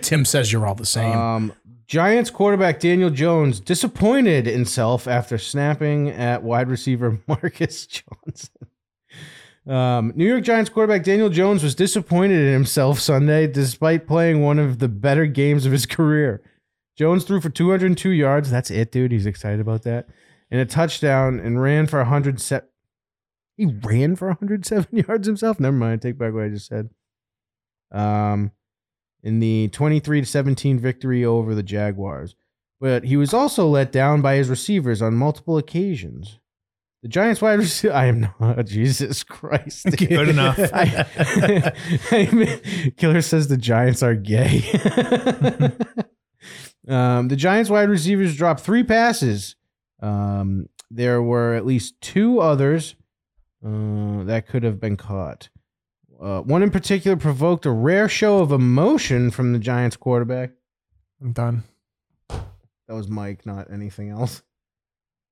Speaker 1: Tim says you're all the same.
Speaker 2: um, Giants quarterback Daniel Jones disappointed himself after snapping at wide receiver Marcus Johnson. Um, New York Giants quarterback Daniel Jones was disappointed in himself Sunday despite playing one of the better games of his career. Jones threw for 202 yards. That's it, dude. He's excited about that. And a touchdown and ran for 107. He ran for 107 yards himself. Never mind. Take back what I just said. Um, in the 23 to 17 victory over the Jaguars. But he was also let down by his receivers on multiple occasions. The Giants wide receiver. I am not. Jesus Christ.
Speaker 3: Good enough.
Speaker 2: I, I mean, Killer says the Giants are gay. um, the Giants wide receivers dropped three passes. Um, there were at least two others uh, that could have been caught. Uh, one in particular provoked a rare show of emotion from the Giants quarterback.
Speaker 3: I'm done.
Speaker 2: That was Mike, not anything else.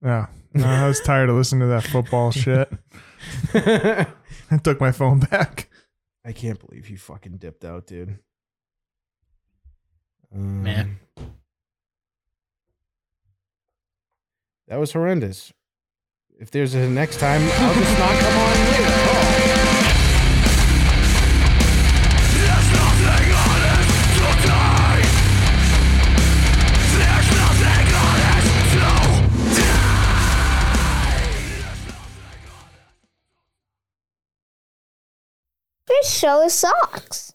Speaker 3: Yeah, Oh, no, I was tired of listening to that football shit. I took my phone back.
Speaker 2: I can't believe he fucking dipped out, dude. Um,
Speaker 1: Man.
Speaker 2: That was horrendous. If there's a next time, I'll just not come on later. at all.
Speaker 10: This show sucks.